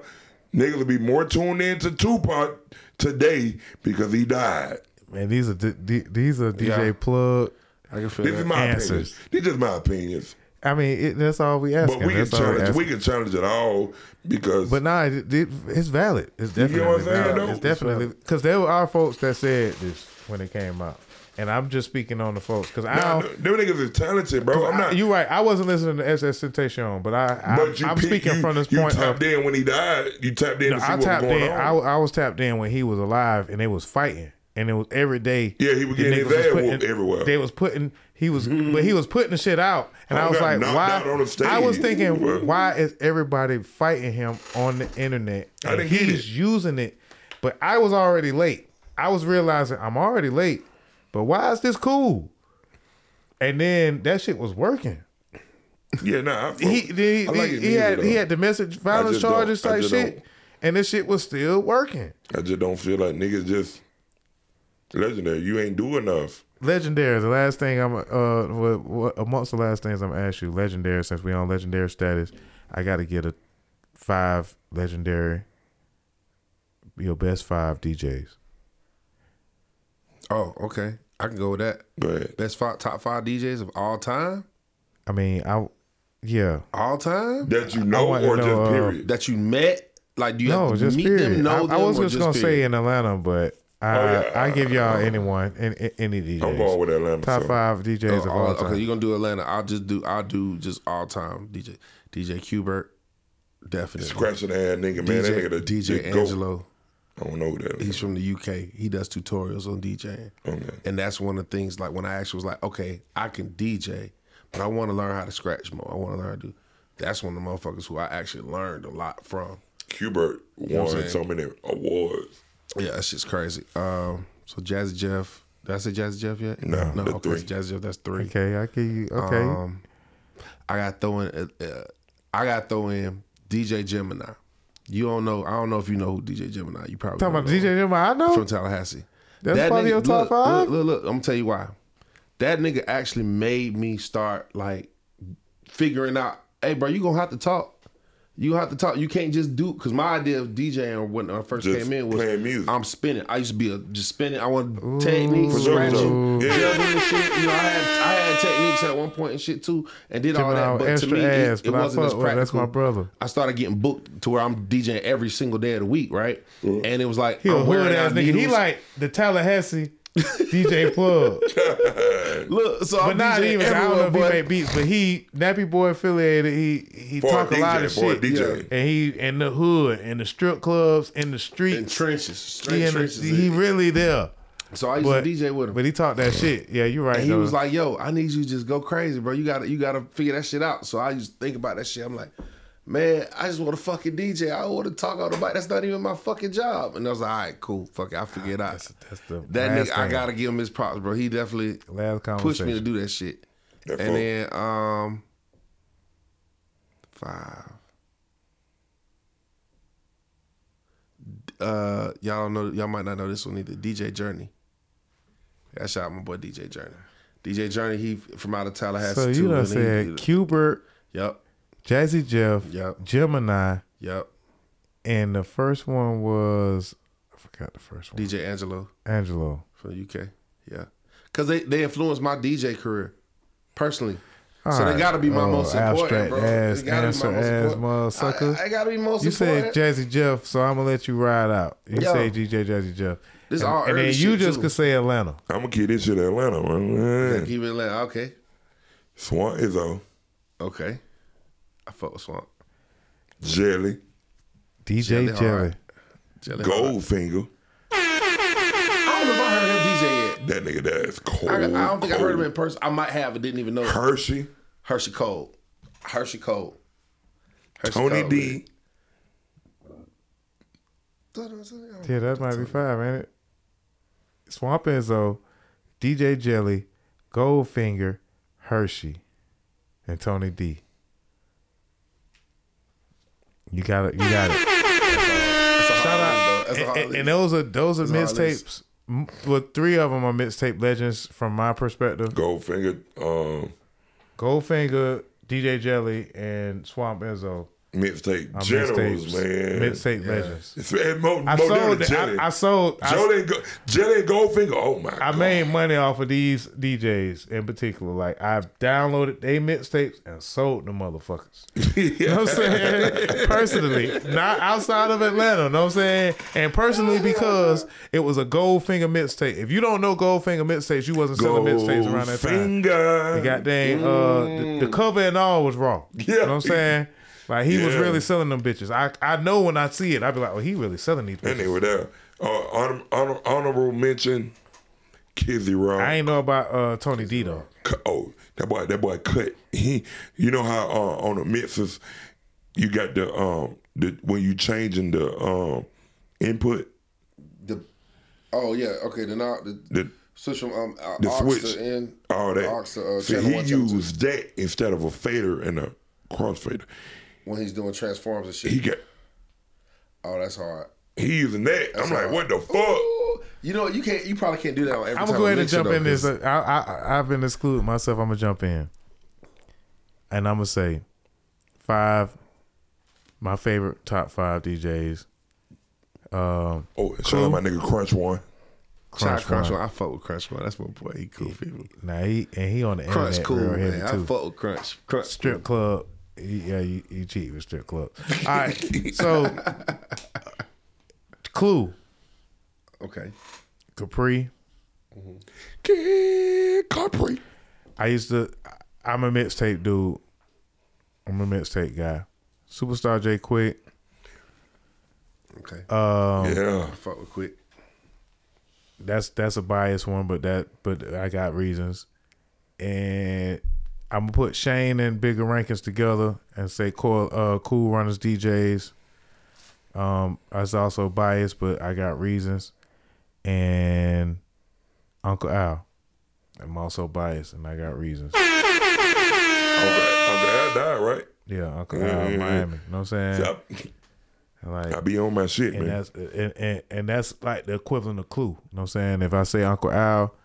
niggas would be more tuned in to Tupac today because he died.
Man, these are d- d- these are DJ
Yeah.
Plug.
I can feel
This is
that.
my
Answers.
opinions. These just my opinions.
I mean, it, that's all we asking.
But we can
That's all we
challenge.
asking.
We can challenge it all because.
But nah, it, it, it's valid. It's definitely
You know what I'm
valid.
saying, though?
It's definitely because there were our folks that said this when it came out, and I'm just speaking on the folks because I
Nah,
don't.
them niggas is talented, bro. I'm
I-
not.
you right. I wasn't listening to SS Temptation, but I, I
but you
I'm
peep-
speaking
you-
from this
you
point
tapped
of
in when he died. You tapped in to see
I
what was
tapped
going
in.
on.
I, I was tapped in when he was alive, and they was fighting, and it was every day.
Yeah, he was
the
getting his
niggas was
ass
putting-
whooped everywhere.
They was putting. He was, but he was putting the shit out, and I
Homie
was
got
like,
knocked
why?
out on the stage.
I was thinking,
Well-
why is everybody fighting him on the internet?
I
And
didn't get
he's
it.
using it, but I was already late. I was realizing I'm already late, but why is this cool? And then that shit was working.
yeah, nah. I, fuck-
He he,
Oh, I like
he,
his
he had
music,
he
though.
had domestic violence
just don't-
charges
I
type
just
shit,
don't.
and this shit was still working.
I just don't feel like niggas just legendary. You ain't do enough.
Legendary. The last thing I'm uh what, what, amongst the last things I'm gonna ask you, legendary. Since we on legendary status, I got to get a five legendary. Your best five DJs.
Oh, okay. I can go with that.
But
Best five, top five DJs of all time.
I mean, I yeah.
All time
that you know,
wanna
or
know, uh,
just period.
that you met. Like, do you
No,
have to
just
meet
period.
them? Know
I,
them.
I was
or
just, gonna say
period?
in Atlanta, but I
Oh, yeah.
I give y'all anyone and any DJs.
I'm going with Atlanta.
Top
so. Oh,
five DJs of all
All-
time.
Oh, okay, you gonna do Atlanta? I'll just do. I'll do just all time. DJ DJ Qbert, definitely.
Scratching the ass nigga, man. that nigga, the,
DJ, DJ
the goat.
Angelo.
I don't know who that.
He's
Is. Oh,
from the UK. He does tutorials on DJing.
Okay.
And that's one of the things like when I actually was like, okay, I can DJ, but I want to learn how to scratch more. I want to learn how to do. That's one of the motherfuckers who I actually learned a lot from.
Qbert
what I'm
won
saying?
so many awards.
Yeah, that's just crazy. Um, so Jazzy Jeff. Did I say Jazzy Jeff yet?
No,
No,
that's
okay.
three.
so Jazzy Jeff, that's three.
Okay, I give you okay.
Um, I got throwing. Uh, uh, I got throw in DJ Gemini. You don't know. I don't know if you know who DJ Gemini. You probably
Talking
don't
about
know.
DJ Gemini, I
from
know.
Tallahassee.
That's part of your top
look,
five?
Look, look, look, I'm gonna tell you why. That nigga actually made me start like figuring out. Hey, bro, you gonna have to talk. You have to talk. You can't just do because my idea of DJing when I first
Just
came in was
playing music.
I'm spinning. I used to be a, just spinning. I want techniques,
Producer.
scratching,
Yeah.
juggling and shit. You know, I had I had techniques at one point and shit too, and did all
Giving
that.
out
But to
extra
me, it-
ass,
it,
but I
wasn't as
fuck with it.
practical.
That's my brother.
I started getting booked to where I'm DJing every single day of the week, right? And it was like
He a
I'm wearing
hood
out
ass nigga. He
needles.
like the
[LAUGHS]
Tallahassee DJ plug,
look, so
but
I'm
not
DJing
even. I don't know
everywhere,
if he
but-
make beats, but he Nappy Boy affiliated. He he
For a
talk a, lot
DJ,
of
for a
shit.
DJ.
And he in the hood, in the strip clubs, in the
in
streets.
trenches, straight
He, in the,
trenches.
he really there.
so I used
But
to DJ with him.
But he talked that shit. Yeah, you right.
And he
though.
was like, "Yo, I need you to just go crazy, bro. You gotta, you gotta figure that shit out." So I used to think about that shit. I'm like, "Man, I just want to fucking DJ. I want to talk on the mic. That's not even my fucking job." And I was like, "All right, cool. Fuck it, I figure it out."
Ah, that's the
that
last
nigga, I
thing.
gotta give him his props, bro. He definitely
Last
pushed me to
conversation.
do that shit.
That
and
fuck.
then, um, five. Uh, y'all don't know. Y'all might not know this one either. DJ Journey. I shout out my boy DJ Journey. DJ Journey, he from out of Tallahassee.
so
too,
you done
and he-
said Cubert,
Yep,
Jazzy Jeff,
Yep.
Gemini,
yep.
and the first one was I forgot the first one.
DJ Angelo
Angelo.
from the UK. Yeah, because they they influenced my DJ career personally. so
All
they
right.
gotta be my
Oh,
most important,
abstract
bro.
ass
they gotta
answer
be my most
ass
important. I-
motherfucker.
I, I gotta be most
You said
important.
Jazzy Jeff, so I'm gonna let you ride out. You
Yo.
say DJ Jazzy Jeff.
This
and,
all
and then
early
you
shit,
just
too.
could say Atlanta.
I'm gonna keep this shit in Atlanta, man.
Keep it like okay,
Swan Izzo,
okay. I fuck with Swamp.
Jelly,
DJ
Jelly, all
Jelly.
right. Jelly Roll.
Goldfinger.
I don't know if I heard him DJ yet.
That nigga, that is cold.
I, I don't think I heard him
cold.
in person. I might have. I didn't even know. it.
Hershey,
Hershey Cole. Hershey Cole. Hershey
Tony
Cole,
D.
man.
Yeah, that might be five, ain't it? Swamp Enzo, DJ Jelly, Goldfinger, Hershey, and Tony D. You got it. You got it.
Shout out. That's a
and,
hard
and- and
list.
those are those are
That's a hard list.
mixtapes. M- Well, three of them are mixtape legends from my perspective.
Goldfinger, um,
Goldfinger, DJ Jelly, and Swamp Enzo
mixtape
are
generals,
Uh, mixtapes.
man.
Mixtape legends.
It's, and Mo,
I
Mo
sold.
Dilla Jelly.
I, I sold. I-
Jelly, and Go, Jelly and Goldfinger. Oh my
I
god!
made money off of these DJs in particular. Like I downloaded they mixtapes and sold the
[LAUGHS]
motherfuckers. You know what I'm saying? personally, not outside of Atlanta. Know what I'm saying? And personally, because it was a Goldfinger mixtape. If you don't know Goldfinger mixtapes, you wasn't selling mixtapes around that time.
Goldfinger. Mm.
The goddamn uh, the, the cover and all was raw. You know what I'm saying? Like he was
Yeah.
really selling them bitches. I I know when I see it, I be like, oh, he really selling these.
And
Bitches.
they were there. Uh, honor, honor, honorable mention, Kizzy Rock.
I ain't know about uh, Tony D though.
Cu- Oh, that boy, that boy cut. He, you know how uh, on the mixes, you got the um, the when you changing the um, input,
The, oh yeah. Okay. Then I, the,
the
switch from um uh,
the
aux
switch,
to in
all that.
aux to, uh,
so
channel
he
one, channel two.
used that instead of a fader and a crossfader.
when he's doing transforms and shit.
He got
oh, that's hard.
he using that. I'm like, what the fuck?
Ooh, you know you can't. You probably can't do that on every.
I'm
time
gonna go
I
ahead and
mix it,
jump
though,
in this. uh,
'cause
I, I I've been excluding myself. I'm gonna jump in, and I'm gonna say five. My favorite top five DJs.
Oh, and shout out my nigga Crunch One.
Shout out
Crunch,
Crunch
one.
one. I fuck with Crunch one. That's my boy. He cool people.
Nah, he and he on the
Crunch
internet
cool
real heavy
man. I
too.
fuck with Crunch. Crunch
strip club. he- Yeah, you, you cheat with strip club. All right, so
[LAUGHS]
Clue,
Okay.
Capri.
Kid Capri.
I used to. I'm a mixtape dude. I'm a mixtape guy. Superstar J Quick.
Okay.
yeah.
fuck with quick.
that's that's a biased one, but that but I got reasons, and I'm gonna put Shane and Bigger Rankings together and say cool uh, Cool Runners DJs. Um, that's also biased, but I got reasons, and Uncle Al. I'm also biased, and I got reasons.
Okay. I died, right?
Yeah, Uncle Al, Miami. You know what I'm saying? And Like,
I, I be on my shit,
and
man.
that's and, and and that's like the equivalent of Clue. You know what I'm saying? If I say Uncle Al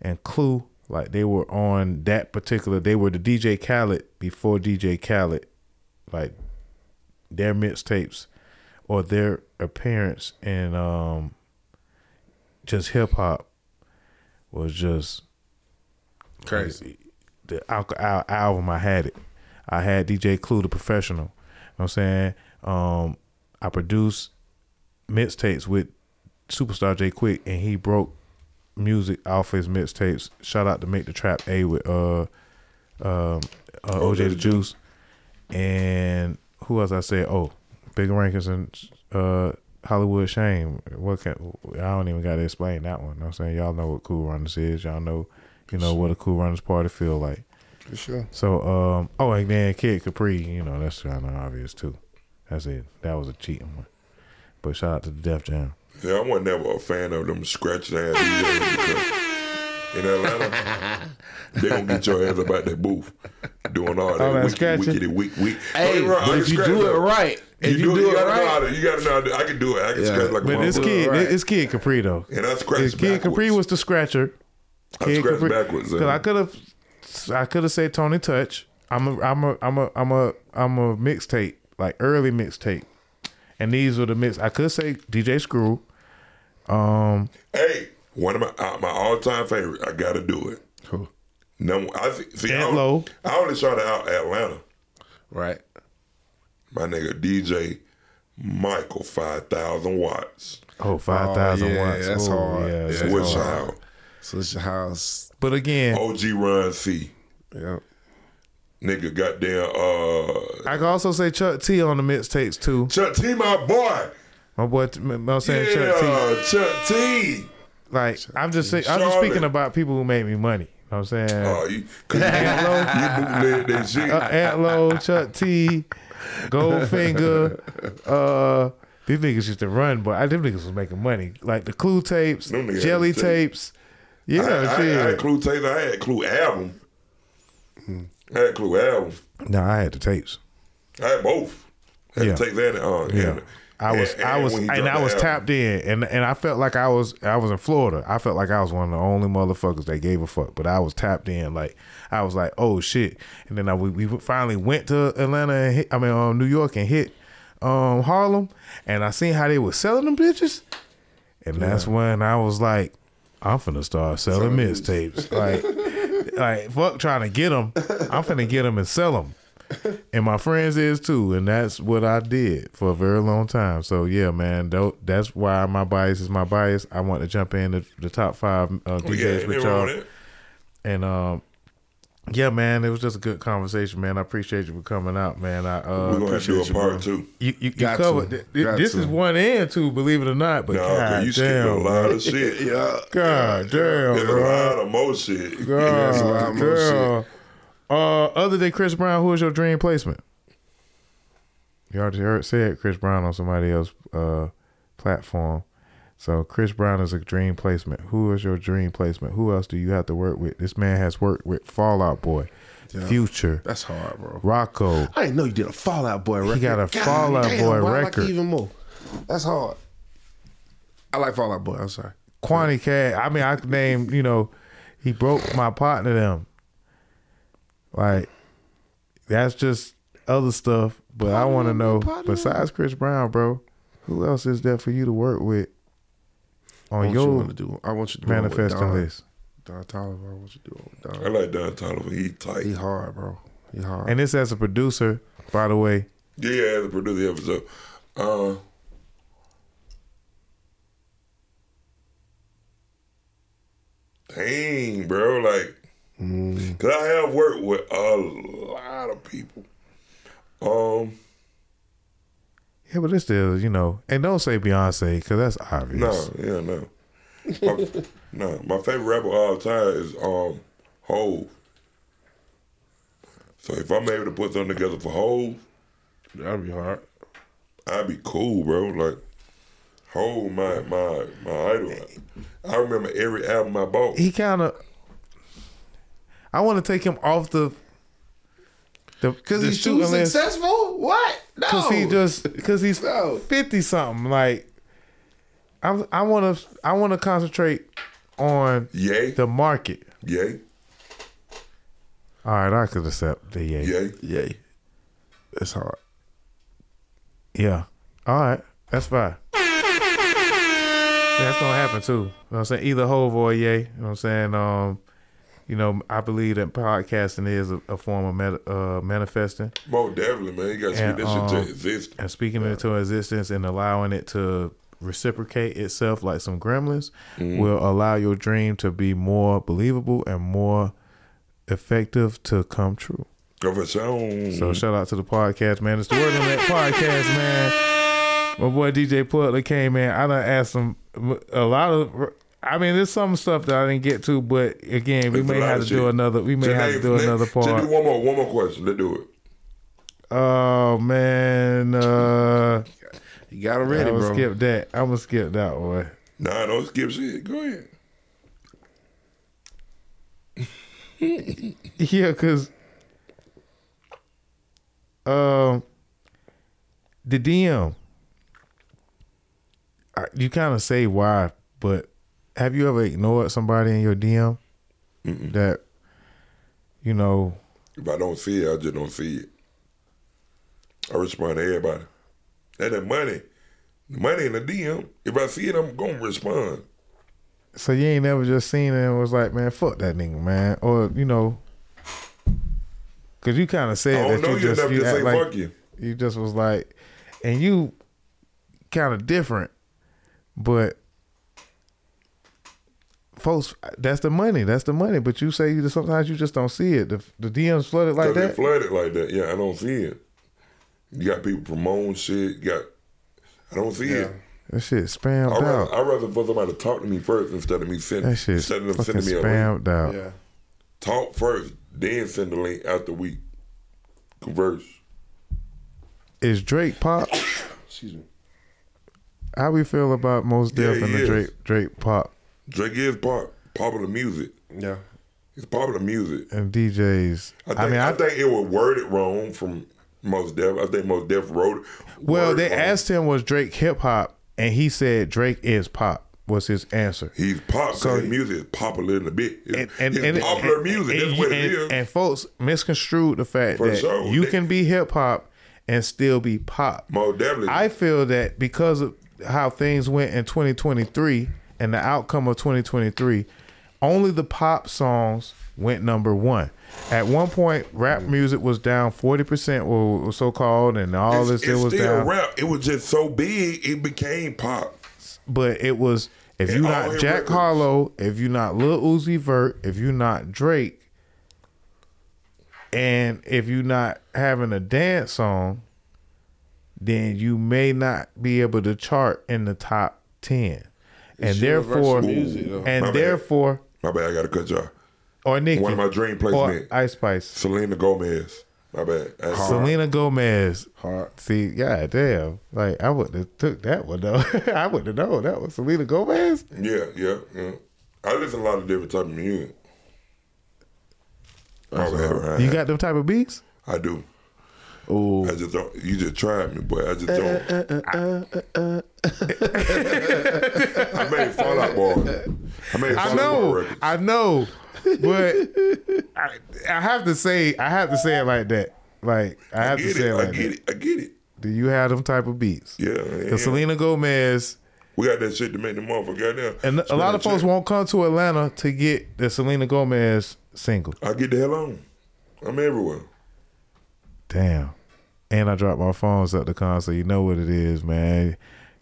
and Clue, like they were on that particular, they were the DJ Khaled before DJ Khaled, like their mixtapes or their appearance in um, just hip hop was just
Crazy.
the Alka Al album. I had it. I had DJ Clue, the professional. You know what I'm saying, um, I produced mixtapes with Superstar J Quick, and he broke music off his mixtapes. Shout out to Make the Trap A with uh, um, uh OJ the Juice, and who else I said? Oh, Big Rankins and uh, Hollywood Shame. What can I don't even got to explain that one. You know what I'm saying y'all know what Cool Runners is. Y'all know, you know what a Cool Runners party feel like.
For sure.
So, um, oh, and then Kid Capri, you know, that's kind of obvious too. That's it. That was a cheating one. But shout out to the Def Jam.
Yeah, I wasn't never a fan of them scratch ass DJs because in Atlanta, they gonna get your ass about that booth doing all
All that
that
scratching.
wicked, wicked, wicked, wicked.
Hey, but if you do it right, if you, do, it
gotta know how
right,
to, you gotta know. How to, I can do it. I can
Yeah.
scratch like a
But this
motherfucker.
kid,
right.
this kid Capri though,
and I
If
scratch
Kid Capri
backwards.
was the scratcher.
I
Kid
scratched
Capri,
backwards,
Because
uh,
I could have, I could have said Tony Touch. I'm a, I'm a, I'm a, I'm a, I'm a mixtape like early mixtape, and these were the mix. I could say DJ Screw. um,
Hey, one of my uh, my all time favorite. I gotta do it.
Who?
Number I th- see. I,
Ant
only-
Low.
I only shot out Atlanta.
right.
My nigga DJ Michael five thousand watts.
Oh, 5,000
yeah,
watts.
that's
oh,
hard.
Yeah,
Yeah.
that's
Switch
hard.
out.
So it's your house.
But again,
OG Run C.
Yep.
Nigga, goddamn. Uh,
I could also say Chuck T on the mixtapes too.
Chuck T, my boy.
My boy, I'm saying Chuck T.
Yeah, Chuck T.
Like I'm just saying, I'm just speaking
Charlotte.
about people who made me money. You know what I'm saying?
Oh, you, cause you, you bootleg
[LAUGHS]
that shit.
uh, Antlo, Chuck T, Goldfinger. Uh, these niggas used to run, but I them niggas was making money. Like the Clue tapes,
Them niggas
Jelly
had tape.
tapes. Yeah,
I, I, I
shit. Hmm.
had Clue tape. I had Clue album. I had Clue album.
no, I had the tapes.
I had both. I had uh,
Yeah.
Take that on.
Yeah. I was, I was, and, I was tapped in, and and I felt like I was, I was in Florida. I felt like I was one of the only motherfuckers that gave a fuck, but I was tapped in. Like I was like, oh shit, and then I we, we finally went to Atlanta, and hit, I mean um, New York, and hit um, Harlem, and I seen how they were selling them bitches, and that's when I was like, I'm finna start selling mixtapes,
[LAUGHS]
like, like fuck trying to get them, I'm finna get them and sell them and my friends is too, and that's what I did for a very long time. So yeah, man, tho- that's why my bias is my bias. I want to jump in the, the top five uh, DJs
Yeah,
with
they were
y'all,
on it.
and um, yeah, man, it was just a good conversation, man. I appreciate you for coming out, man. I uh,
We're gonna have to do
appreciate
a
you, bro.
part two.
You you, you
Got to.
covered. th- th-
Got
this
to.
is one and two, believe it or not. But
No,
god
cause you skipped a
damn,
lot of
[LAUGHS]
shit.
Yeah.
god damn,
There's a
[LAUGHS]
bro.
lot of more shit.
There's a lot
God,
more shit.
girl. Uh, other than Chris Brown, who is your dream placement? You already heard said Chris Brown on somebody else's uh, platform. So Chris Brown is a dream placement. Who is your dream placement? Who else do you have to work with? This man has worked with Fallout Boy, Future,
That's hard, bro.
Rocco.
I didn't know you did a Fallout Boy record.
got a Fall Out
damn,
Boy
bro, I like
record.
it even more. That's hard. I like Fallout Boy. I'm sorry.
Quanti Cad. I mean, I could name, you know, he broke my partner them. Like, that's just other stuff. But I want to know, besides Chris Brown, bro, who else is there for you to work with
I
on
want you
your
want to do. I want you to do one with
manifesting
Don.
list?
Don Tolliver. I want you to do it with
I
Don.
like Don Tolliver. He tight.
He hard, bro. He hard.
And this as a producer, by the way.
Yeah, the producer of the episode. Uh, dang, bro. Like, because I have worked with a lot of people. Um,
Yeah, but this still, you know, and don't say Beyonce because that's obvious.
no, yeah, no. My,
[LAUGHS]
no, my favorite rapper of all time is um, Hove. So if I'm able to put something together for Hove,
That'd be hard.
I'd be cool, bro. Like, hold my my my idol. I remember every album I bought.
He kind of. I want to take him off the.
Because he's too successful? What? No.
Cause he just because he's
No.
fifty something. Like I'm, I want to I want to concentrate on
Yay,
the market.
yay,
All right, I could accept the yeah.
yay.
Yay. That's hard.
Yeah. All right. That's fine. That's gonna happen too. You know what I'm saying? Either Hove or Ye. You know what I'm saying? Um, you know, I believe that podcasting is a, a form of meta, uh, manifesting
Most definitely, man. You gotta
And,
speak that shit
um,
to exist.
and speaking it into existence and allowing it to reciprocate itself like some gremlins
Mm-hmm.
will allow your dream to be more believable and more effective to come true.
Go for ssure.
So shout out to the podcast, man. It's the word on that podcast, man. My boy DJ Butler came in. I done asked him a lot of. I mean, there's some stuff that I didn't get to, but again, we
It's a
may
lot
have
of
to do
shit.
another. We may have to
Nate-
do
Nate,
another
just do
part.
one more, one more question. Let's do it.
Oh man, uh,
You got to
I'm
ready,
gonna
bro.
skip that. I'm gonna skip that one.
Nah, don't skip shit. Go ahead.
[LAUGHS] Yeah, cause um, the DM. I- You kind of say why, but have you ever ignored somebody in your DM that you know?
If I don't see it, I just don't see it. I respond to everybody. And the money, the money in the DM. If I see it, I'm gonna respond.
So you ain't never just seen it and was like, man, fuck that nigga, man, or you know, cause you kind of
I
said
don't
that
know
you
you
just
enough
you
to
act
say
like
fuck you.
you just was like, and you kind of different, but folks, that's the money. That's the money. But you say you sometimes you just don't see it. The, the DMs flooded like
Cause
that.
it flooded like that. Yeah, I don't see it. You got people promoting shit. You got, I don't see it.
that shit spammed
I rather,
out.
I rather for somebody to talk to me first instead of me send,
that shit
instead of them
fucking
sending me a link.
spammed out.
Yeah.
Talk first, then send the link after we converse.
Is Drake pop?
Excuse me.
How we feel about most
Yeah,
Def and
he
the
is.
Drake Drake pop
Drake is pop, popular music.
Yeah.
It's popular music.
and DJs?
I, think,
I mean, I,
think it was worded wrong from most Def. I think most Def wrote. it-
well,
worded
they
wrong.
asked him was Drake hip hop, and he said Drake is pop. Was his answer?
He's pop.
So-
So his music is popular in the bit. It's,
and and,
it's
and
popular
and-
music.
and-
That's what it
and-
is.
and folks misconstrued the fact
For
that
sure.
you
They-
can be hip hop and still be pop.
most definitely.
I feel that because of how things went in 2023 and the outcome of 2023, only the pop songs went number one. At one point,
Mm.
rap music was down 40%, or so called, and all
it's,
this it
it's
was
still
down.
rap. It was just so big, it became pop.
but it was if
And
you
all
not
hit
Jack
records.
Harlow, if you not Lil Uzi Vert, if you not Drake, and if you not having a dance song, then you may not be able to chart in the top ten, and therefore,
universal music, though.
and
My bad.
therefore,
My bad. I got to cut y'all.
or Nicki,
One of my dream
or
placement.
Ice Spice,
Selena Gomez. My bad. I-
Selena Gomez.
Hard.
See, god damn, like I wouldn't have took that one though. [LAUGHS] I wouldn't have known that was Selena Gomez.
Yeah, yeah, yeah. I listen to a lot of different type of music. My bad, right.
You got them type of beats.
I do.
Ooh.
I just don't. You just tried me, but I just don't. [LAUGHS] I made Fallout Boy. I made
I
Fallout Boy
know,
records.
I know, but I, I have to say, I have to say it like that. Like I have
get
to
it.
say it
I
like
get
that.
it. I get it.
Do you have them type of beats?
Yeah, yeah.
Because Selena Gomez
we got that shit to make the motherfucker goddamn.
and a lot of folks won't come to Atlanta to get the Selena Gomez single.
I get the hell on. I'm everywhere.
Damn. And I dropped my phones at the concert. You know what it is, man.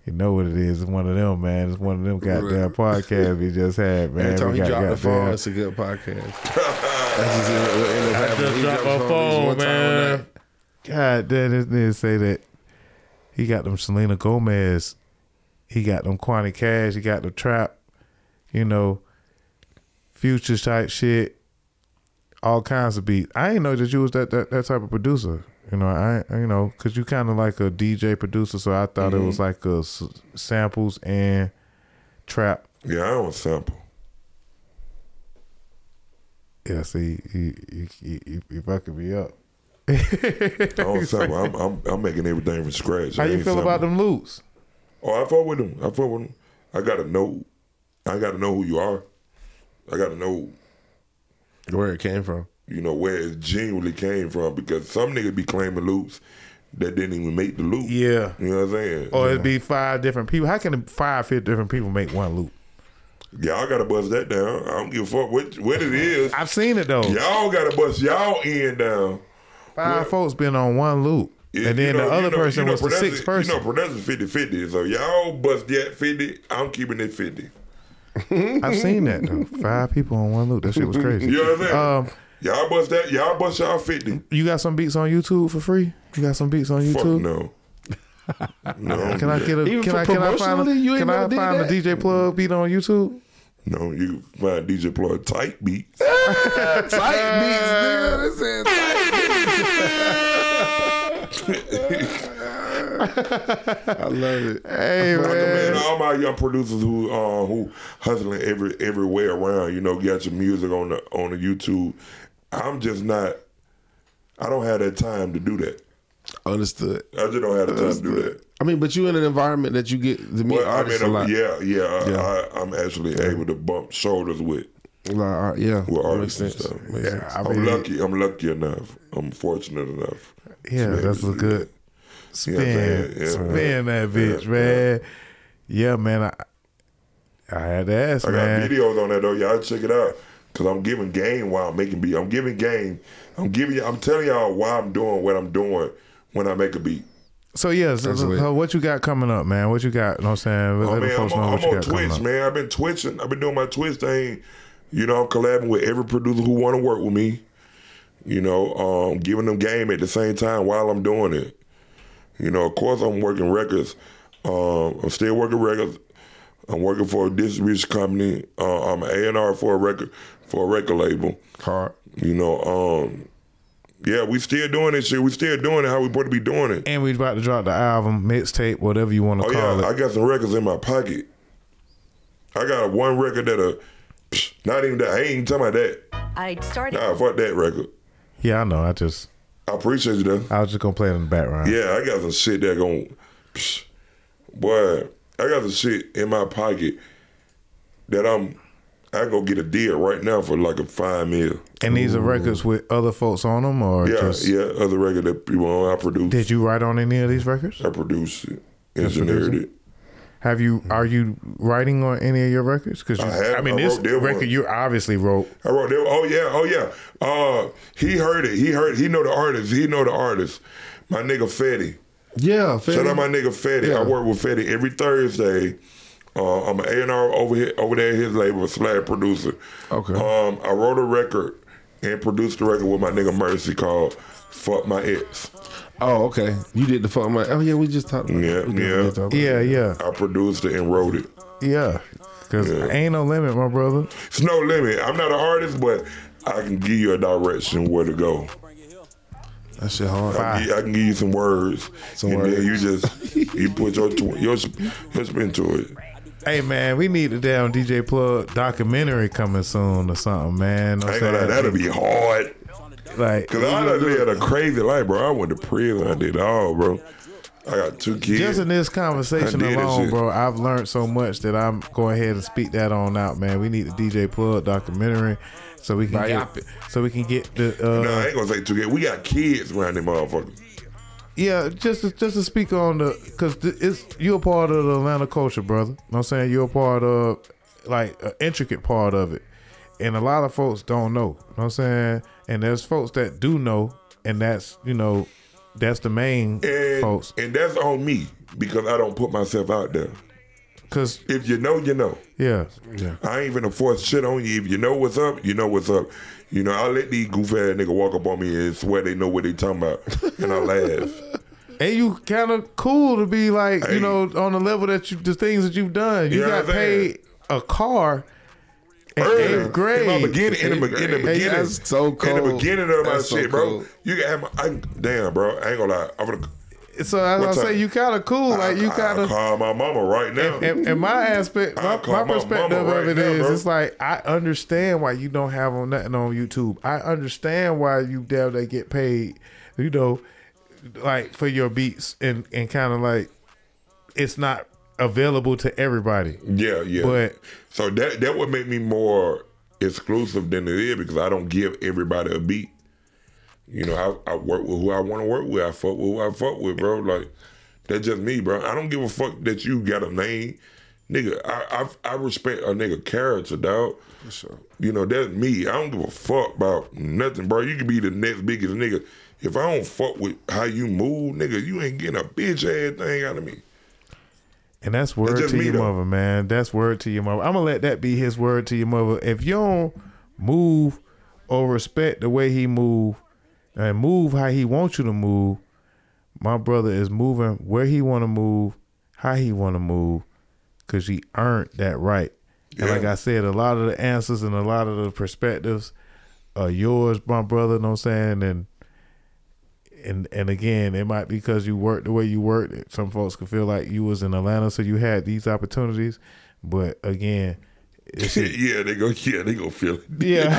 You know what it is. It's one of them, man. It's one of them goddamn podcasts we just had, man.
Every time
we
he
got
dropped the phone,
goddamn-
it's a good [LAUGHS] podcast. That's just it, what ended up happening. He
dropped
dropped
my
the phone,
phone,
at least one time a
man.
night.
God damn, this nigga say that he got them Selena Gomez, he got them Quantic Cash, he got the trap, you know, future type shit, all kinds of beats. I ain't know that you was that that, that type of producer. You know, I I- you know, cause you kind of like a DJ producer, so I thought it was like a s- samples and trap.
Yeah, I don't sample.
Yeah, see, you you you, you, you fucking me up.
I
[LAUGHS]
don't sample. I'm, I'm, I'm making everything from scratch.
How
I
you
ain't
feel about
sampling.
them loops?
Oh, I fuck with them. I fuck with them. I gotta know. I gotta know who you are. I gotta know.
Where it came from.
You know where it genuinely came from because some niggas be claiming loops that didn't even make the loop.
Yeah. Oh,
You know what I'm saying?
Or it'd be five different people. How can five fit different people make one loop?
y'all gotta bust that down. I don't give a fuck what what it is.
I've seen it though.
Y'all gotta bust y'all end down.
Five folks been on one loop,
Yeah,
and then
you know-
the other
you know-
person
you know
was the
production-
sixth person.
You know, production 50 50. So y'all bust that 50, I'm keeping it 50.
I've seen that
[LAUGHS]
though. Five people on one loop. That shit was crazy.
You know what I'm saying?
Um,
y'all bust that, y'all bust y'all 50.
you got some beats on YouTube for free? You got some beats on
Fuck
YouTube? [LAUGHS]
no. no,
Can I get a?
Even
can
for
I? Can I find? A,
promotionally, you ain't
can I
never did
find a
that?
DJ plug beat on YouTube?
no, you find DJ Ploy tight beats.
Tight beats, nigga. They said tight beats. [LAUGHS] I love it.
Hey
Man,
man,
all my young producers who uh, who hustling every every way around, you know, got your music on the on the YouTube. I'm just not. I don't have that time to do that.
Understood.
I just don't have the time to do that.
I mean, but you in an environment that you get to meet
But I
artists
mean,
a lot.
yeah, yeah,
Yeah.
I, I, I'm actually able to bump shoulders with
A lot of art- yeah.
with
that
artists and stuff.
Makes sense.
I
I'm lucky. I'm lucky enough. I'm fortunate enough.
yeah,
to be
that's
able
a
to do
good
what I'm
spin,
saying? Yeah,
spin that bitch, man. Yeah, man. I, I had to ask,
I got
man.
videos on that though. Y'all check it out. Cause I'm giving game while I'm making beat. I'm giving game. I'm giving. y- I'm telling y'all why I'm doing what I'm doing when I make a beat.
So yeah, so, so
lit.
what you got coming up, man? What you got? You know what I'm saying? Let
I
the
mean, Oh, I'm
folks know
on,
what
I'm
you
on
got coming
Twitch,
up.
man. I've been twitching. I've been doing my Twitch thing. You know, I'm collabing with every producer who want to work with me. You know, um, giving them game at the same time while I'm doing it. You know, of course, I'm working records. Um, I'm still working records. I'm working for a distribution company. Uh, I'm an A&R for a record for a record label.
Hard.
You know, um, yeah, we still doing this shit. We still doing it how we supposed to be doing it.
And we about to drop the album, mixtape, whatever you want to
Oh
call
yeah,
it.
I got some records in my pocket. I got one record that a not even that. I ain't even talking about that.
I started.
Nah, fuck that record.
yeah, I know. I just,
I appreciate you though.
I was just gonna play it in the background.
Yeah, I got some shit that gon' psh, boy. I got some shit in my pocket that I'm. I go get a deal right now for like a five mil.
And these are records with other folks on them, or
Yeah,
just
yeah. Other record that people on, I produced.
did you write on any of these records?
I produced it, engineered
producing?
it.
Have you are you writing on any of your records? Because
I have.
I, mean,
I
this
wrote that
record
one.
you obviously wrote.
I wrote that. Oh yeah, oh yeah. Uh, he heard it. He heard. He know the artist. He know the artist. My nigga Fetty.
Yeah.
Shout
fair.
out my nigga Fetty.
Yeah.
I work with Fetty every Thursday. Uh, I'm an A and R over here, over there. at His label slash producer.
Okay.
Um, I wrote a record and produced a record with my nigga Mercy called "Fuck My Ex."
Oh, okay. You did the fuck my. Oh yeah, we just talked. About
Yeah,
we definitely
yeah.
did talk about it.
Yeah, yeah,
I produced it and wrote it.
yeah. Because ain't no limit, my brother.
It's no limit. I'm not an artist, but I can give you a direction where to go.
That shit hard.
I, can- I can give you some words,
Some
and
words.
then you just you put your tw- your sp- your spin to it.
Hey man, we need a damn DJ plug documentary coming soon or something, man. Know
I
what
ain't
I'm
gonna lie, that'll be hard.
saying? like
Cause I done lived a crazy life, bro. I went to prison. I did it all, bro. I got two kids.
just in this conversation
I did this
alone,
shit.
bro, I've learned so much that I'm going ahead and speak that on out, man. We need the DJ plug documentary so we can
Biopic.
get, so we can get the uh,
nah, I ain't gonna say two kids. We got kids around them motherfuckers.
Yeah, just to, just to speak on the because it's you're a part of the Atlanta culture, brother. You know what I'm saying you're a part of like an intricate part of it, and a lot of folks don't know. You know what I'm saying, and there's folks that do know, and that's you know that's the main
And,
folks
and that's on me because I don't put myself out there.
because
If you know, you know.
yeah,
I ain't finna force shit on you. If you know what's up, you know what's up. You know, I let these goof ass nigga walk up on me and swear they know what they talking about, and I laugh.
and you kind of cool to be like
Hey.
you know on the level that you the things that you've done. You
Yeah,
got
I'm saying.
paid a car in
Early,
eighth grade.
In, my beginning, in, the, be- in the
Eighth grade.
beginning,
That's so
In the
cold.
beginning of my
That's so
shit, bro.
cold.
You can have my. I, damn, bro. I ain't gonna lie. I'm gonna.
so as I
What's up?
say, you kind of cool, like you
I-
kind
I'll
of
call my mama right now.
and, and my aspect, my,
I'll call
my
my
perspective
mama
of
right
it is,
now, bro.
it's like I understand why you don't have on nothing on YouTube. I understand why you damn they get paid, you know, like for your beats and and kind of like it's not available to everybody.
yeah, yeah.
But-
so that that would make me more exclusive than it is because I don't give everybody a beat. You know, I, I work with who I want to work with. I fuck with who I fuck with, bro. Like, that's just me, bro. I don't give a fuck that you got a name. Nigga, I I, I respect a nigga character, dog. For sure. You know, that's me. I don't give a fuck about nothing, bro. You could be the next biggest nigga. If I don't fuck with how you move, nigga, you ain't getting a bitch ass thing out of me. [LAUGHS]
And that's word
just
to
me,
your
though.
mother, man. That's word to your mother. I'm gonna let that be his word to your mother. If you don't move or respect the way he move and move how he wants you to move, my brother is moving where he want to move, how he want to move, because he earned that right. And
Yeah.
like I said, a lot of the answers and a lot of the perspectives are yours, my brother. Know what I'm saying? And and and again, it might be because you worked the way you worked. Some folks could feel like you was in Atlanta, so you had these opportunities. But again,
[LAUGHS]
it's
yeah, they go. Yeah, they go feel it.
[LAUGHS] yeah.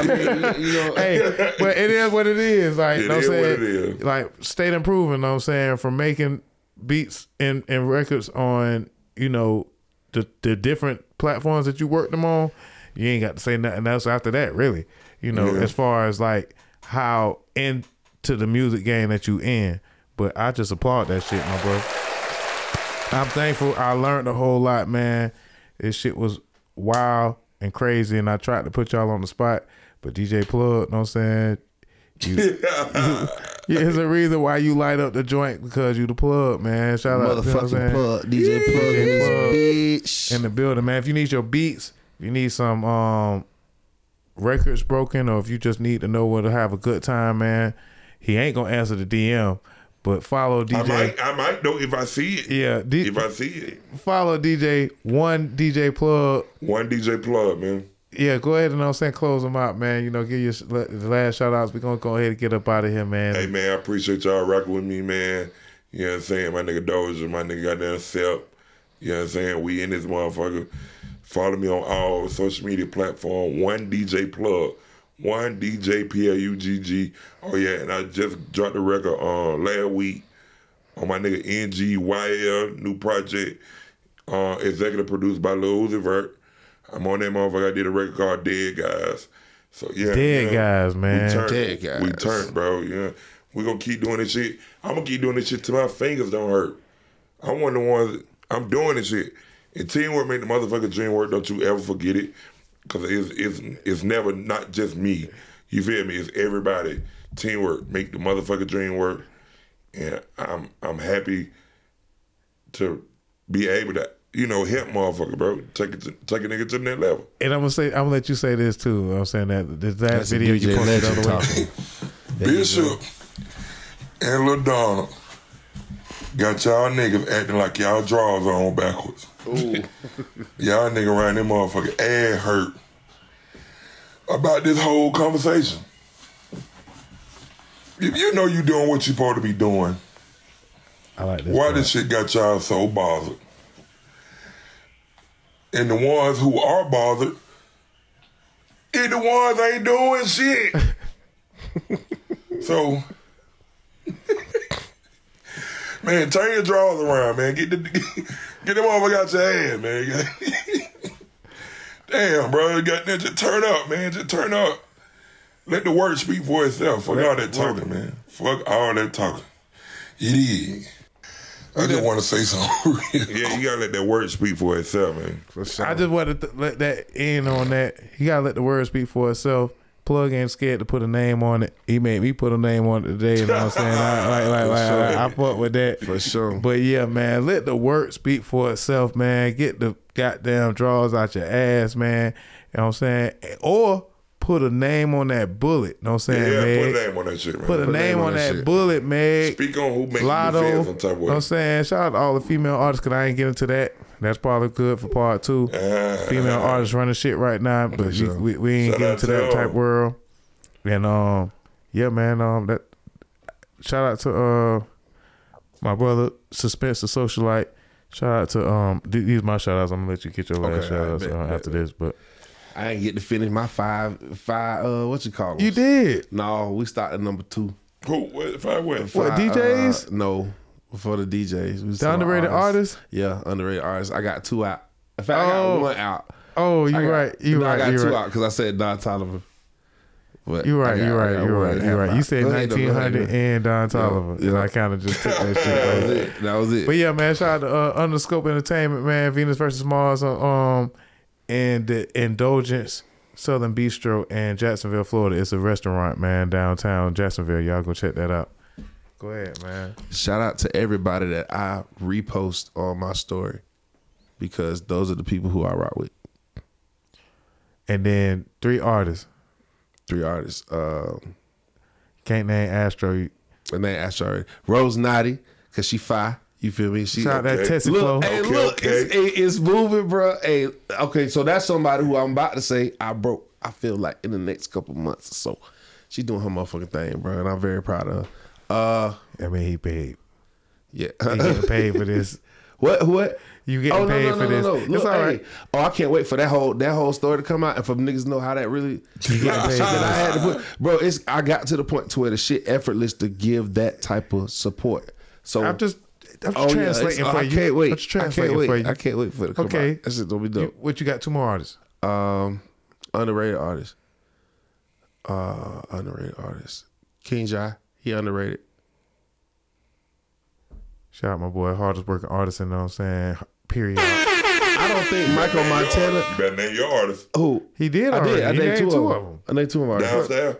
you know,
[LAUGHS] hey, but it is what it is. Like,
It
you know what
is
I'm
what
saying?
it is.
Like, state improving, know what I'm saying? From making beats and, and records on, you know, the, the different platforms that you work them on, you ain't got to say nothing else after that, really. You know,
Yeah.
as far as like how into the music game that you in. But I just applaud that shit, my bro. I'm thankful. I learned a whole lot, man. This shit was wild and crazy, and I tried to put y'all on the spot, but DJ Plug, know what I'm saying? You, yeah, there's a reason why you light up the joint because you the plug, man. Shout out, to you know what I'm
motherfucking
saying?
plug, DJ plug in
Plug.
this bitch.
in the building, man. If you need your beats, if you need some um records broken, or if you just need to know where to have a good time, man. He ain't gonna answer the DM, but follow
I
DJ.
might, I might though if I see it.
Yeah, D-
If I see it,
follow DJ one DJ Plug.
one DJ plug, man.
Yeah, go ahead and know what I'm saying close them out, man. You know, give your sh- la- the last shout outs. We're gonna go ahead and get up out of here, man.
Hey man, I appreciate y'all rocking with me, man. You know what I'm saying? My nigga Doja, my nigga goddamn self. You know what I'm saying? We in this motherfucker. Follow me on all social media platform. One DJ plug. One DJ P L U G G. Oh yeah, and I just dropped the record uh, last week on my nigga NGYL new project. Uh, executive produced by Lil Uzi Vert. I'm on that motherfucker. I did a record called Dead Guys. So yeah,
Dead
yeah.
guys, man.
We turned,
Dead guys.
We turned, bro. Yeah, we gonna keep doing this shit. I'm gonna keep doing this shit till my fingers don't hurt. I'm one of the ones. that- I'm doing this shit. And teamwork make the motherfucker dream work. Don't you ever forget it, because it's it's it's never not just me. You feel me? It's everybody. Teamwork make the motherfucker dream work. And I'm I'm happy to be able to you know help motherfucker, bro. Take it to, take a nigga to the next level.
And I'm gonna say, I'm gonna let you say this too. You know what I'm saying that this last
That's a
video you
DJ
posted the
legend
other way. [LAUGHS]
talking.
Bishop and Lil Donald got y'all niggas acting like y'all drawers are on backwards. [LAUGHS] y'all nigga around them motherfucking ass hurt about this whole conversation. If you know you doing what you supposed to be doing,
I like this.
why
part.
this shit got y'all so bothered? And the ones who are bothered, it the ones ain't doing shit. so, [LAUGHS] man, turn your drawers around, man. Get the [LAUGHS] get them over out your ass, man. [LAUGHS] Damn, bro, You got just turn up, man. Just turn up. Let the word speak for itself. Fuck all that talking, man. Fuck all that talking. It is. I just want to say something. [LAUGHS] yeah, you gotta let that word speak for itself, man.
I just wanted to let that in on that. You gotta let the word speak for itself. Plug ain't scared to put a name on it. He made me put a name on it today. You know what I'm saying? I, like, like,
[LAUGHS]
like, like, I fuck with that
For sure.
But yeah, man, let the work speak for itself, man. Get the goddamn draws out your ass, man. You know what I'm saying? Or put a name on that bullet. You know what I'm
Yeah,
saying,
put a
man?
name on that shit, man.
Put a name on that
shit.
bullet, man.
Speak on who makes
Lotto.
you feel some type of
know what I'm
way.
saying? Shout out to all the female artists because I ain't get into that. That's probably good for part two.
Ah.
female artists running shit right now, but we, we, we ain't
Shout
get
out
into
to
that
y'all.
type world. And um, yeah, man. Um, that shout out to uh my brother Suspense the Socialite. Shout out to um th- these are my shout outs. I'm gonna let you get your last
Okay,
shout outs
bet,
uh,
bet,
after this, but
I ain't get to finish my five five uh what you call it?
you did.
No, we started at number two.
Who? What? If I went,
What,
Five,
DJs?
uh, no, for the DJs. We was
The
talking about
underrated artists?
Yeah, underrated artists. I got two out. In fact, I
Oh.
got one out.
Oh, you
I got-
right. You
no,
right.
I got
you
two
right.
out because I said Don Tolliver. But
You're
I
right.
got-
You're
I
right.
got
You're
one
right.
and a
You're
half
right. You
out.
said
Go ahead, though, go ahead,
1900
man.
and Don Tolliver,
yeah.
and I kind of just took that
That
shit.
was
Right.
it. That was it.
But yeah, man, shout out to uh, Underscope Entertainment, man. Venus versus Mars, uh, um, and the Indulgence Southern Bistro in Jacksonville, Florida. It's a restaurant, man, downtown Jacksonville. Y'all go check that out. Go ahead, man.
Shout out to everybody that I repost on my story because those are the people who I rock with.
And then three artists.
Three artists. Um,
Can't name Astro. You-
and they asked already. Rose Naughty, because she fire. You feel me? She,
Shout out that
Okay.
Tessie Flow.
Look, hey,
Okay,
look,
okay.
It's, it- it's moving, bro. Hey, okay, so that's somebody who I'm about to say I broke. I feel like in the next couple months or so, she doing her motherfucking thing, bro, and I'm very proud of her. Uh,
I mean, he paid. He
yeah.
getting paid for this.
[LAUGHS] what? What?
You
Oh,
getting paid for this. It's
Look,
all
hey.
right.
Oh, I can't wait for that whole that whole story to come out and for niggas to know how that really.
[LAUGHS] You getting paid for
that I
this.
had to put, bro. It's I got to the point to where the shit effortless to give that type of support. So
I'm just, I'm just
Oh, yeah, it's-
translating
oh,
for
I
you.
can't wait.
I'm just
I can't
translating
wait.
for you.
I can't wait for it to come
Okay.
out. That shit gonna be
You-
dope.
what you got? Two more artists.
Um, underrated artist. Uh, underrated artist. King Jai. He underrated.
Shout out my boy, hardest working artist. You know what I'm saying? Period.
[LAUGHS] I don't think Michael Montana.
You better name your artist.
Who
He did.
I
Already.
did. I
He
named two, of
'em.
them. I named two of them. already.
Downstairs.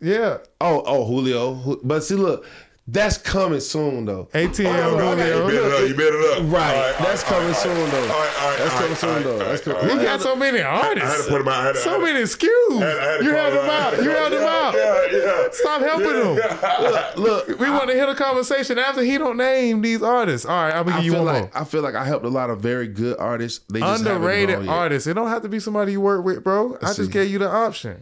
Yeah.
Oh, oh, Julio. Ju- But see, look, that's coming soon though.
ATL
Oh, okay.
You
Julio.
better up. You better up.
Right. That's coming soon, though.
All right, all right,
That's
all
coming
right,
soon,
all right,
though.
all right,
That's coming-
all
You
right.
got so many
I had to
artists.
put him out. I had to-
So
I had to-
many skews.
I had- I had to
You
call
held him out. You held him
Yeah,
out.
Yeah, yeah.
Stop helping
Yeah,
him.
yeah.
Look,
We want to hear the conversation after he don't name these artists. All right, I'm gonna
I
give you
feel
one
like
more.
I feel like I helped a lot of very good artists. They just haven't grown
Underrated
yet.
artists. It don't have to be somebody you work with, bro. I
see.
just gave you the option.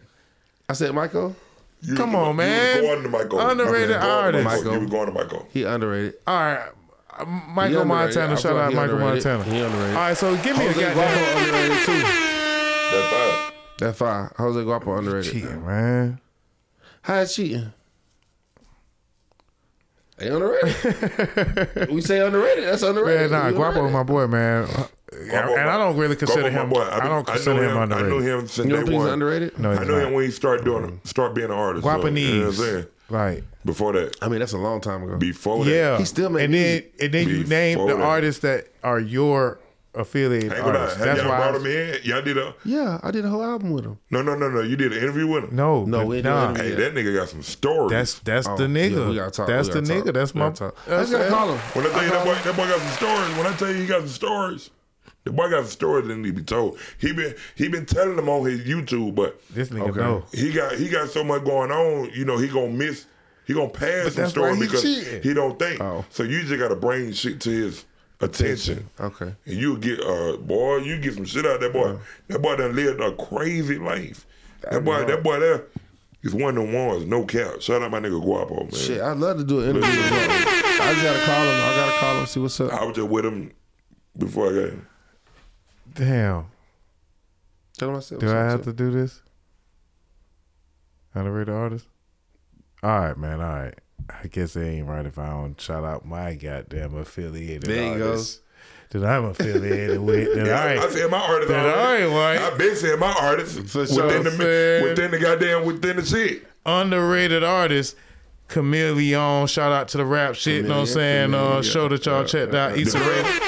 I said Michael.
You
Come
was-
on,
you was
man.
Going to Michael.
Underrated
You was going to
artist.
Michael. You were going to Michael.
He underrated.
All right. uh,
He
Michael
underrated. I
Montana,
feel
shout
like
out
he
Michael
underrated.
Montana.
He underrated.
All right, so give me a
Jose
goddamn
Guapo
[LAUGHS]
underrated too.
That's fine.
That five. Jose Guapo underrated.
cheating, man.
How is cheating? They
[LAUGHS]
underrated. we say underrated. That's
Yeah,
underrated.
nah,
We
Guapo
underrated.
is my boy, man.
Guapo,
and I don't really consider
Guapo, my
him.
boy.
I,
been-
don't
I
consider
knew
him, underrated.
I knew him since
You don't
day
think he's
one.
underrated?
No,
I
he's
knew
not.
him when he started doing, start being an artist. so, You know what I'm saying?
Guapanese, right?
Before that,
I mean, that's a long time ago.
before that,
Yeah,
He still made
and then
music.
and then you
Before
name the
that.
artists that are your affiliated
I ain't gonna lie.
artists.
Have
That's
y'all
why. I
brought
was-
him in? Y'all did a
Yeah, I did a whole album with him.
no, no, no, no. You did an interview with him.
No,
No,
but
we didn't
nah,
do
Hey,
Yeah.
that nigga got some stories.
that's that's
Oh,
the
yeah,
nigga.
we gotta talk.
That's
We
the
gotta
nigga.
talk.
That's
We
my.
gotta talk. I just gotta
that's-
call him.
When I tell you that boy,
Uh-huh.
that boy got some stories. When I tell you he got some stories, the boy got some stories that need to be told. He been he been telling them on his YouTube, but
This nigga know.
he got he got so much going on. You know he gonna miss. He gonna pass some
that's why
stories
he
because
cheating.
he don't think.
Oh.
So you just gotta bring shit to his attention.
Okay.
And you get uh boy, you get some shit out of that boy. That boy done lived a crazy life. That boy, that boy there is one of the ones, no cap. Shout out my nigga Guapo, man.
Shit, I'd love to do an interview with him. I just gotta call him. I gotta call him. See what's up.
I was just with him before I got him.
Damn.
Tell him I said.
Do
what's
I
up,
have
too.
to do this? Underrated artist? All right, man. All right. I guess it ain't right if I don't shout out my goddamn affiliated
There you go.
artists that I'm affiliated
[LAUGHS]
with. That
Yeah,
I,
I said my artist.
Then
already.
all right, Mike.
I been saying my artist
For
within
sure.
the
Said-
within the goddamn within the shit.
underrated artist. Camille Leon, shout out to the rap shit, know what I'm saying? uh, show that y'all checked out. Issa Rae.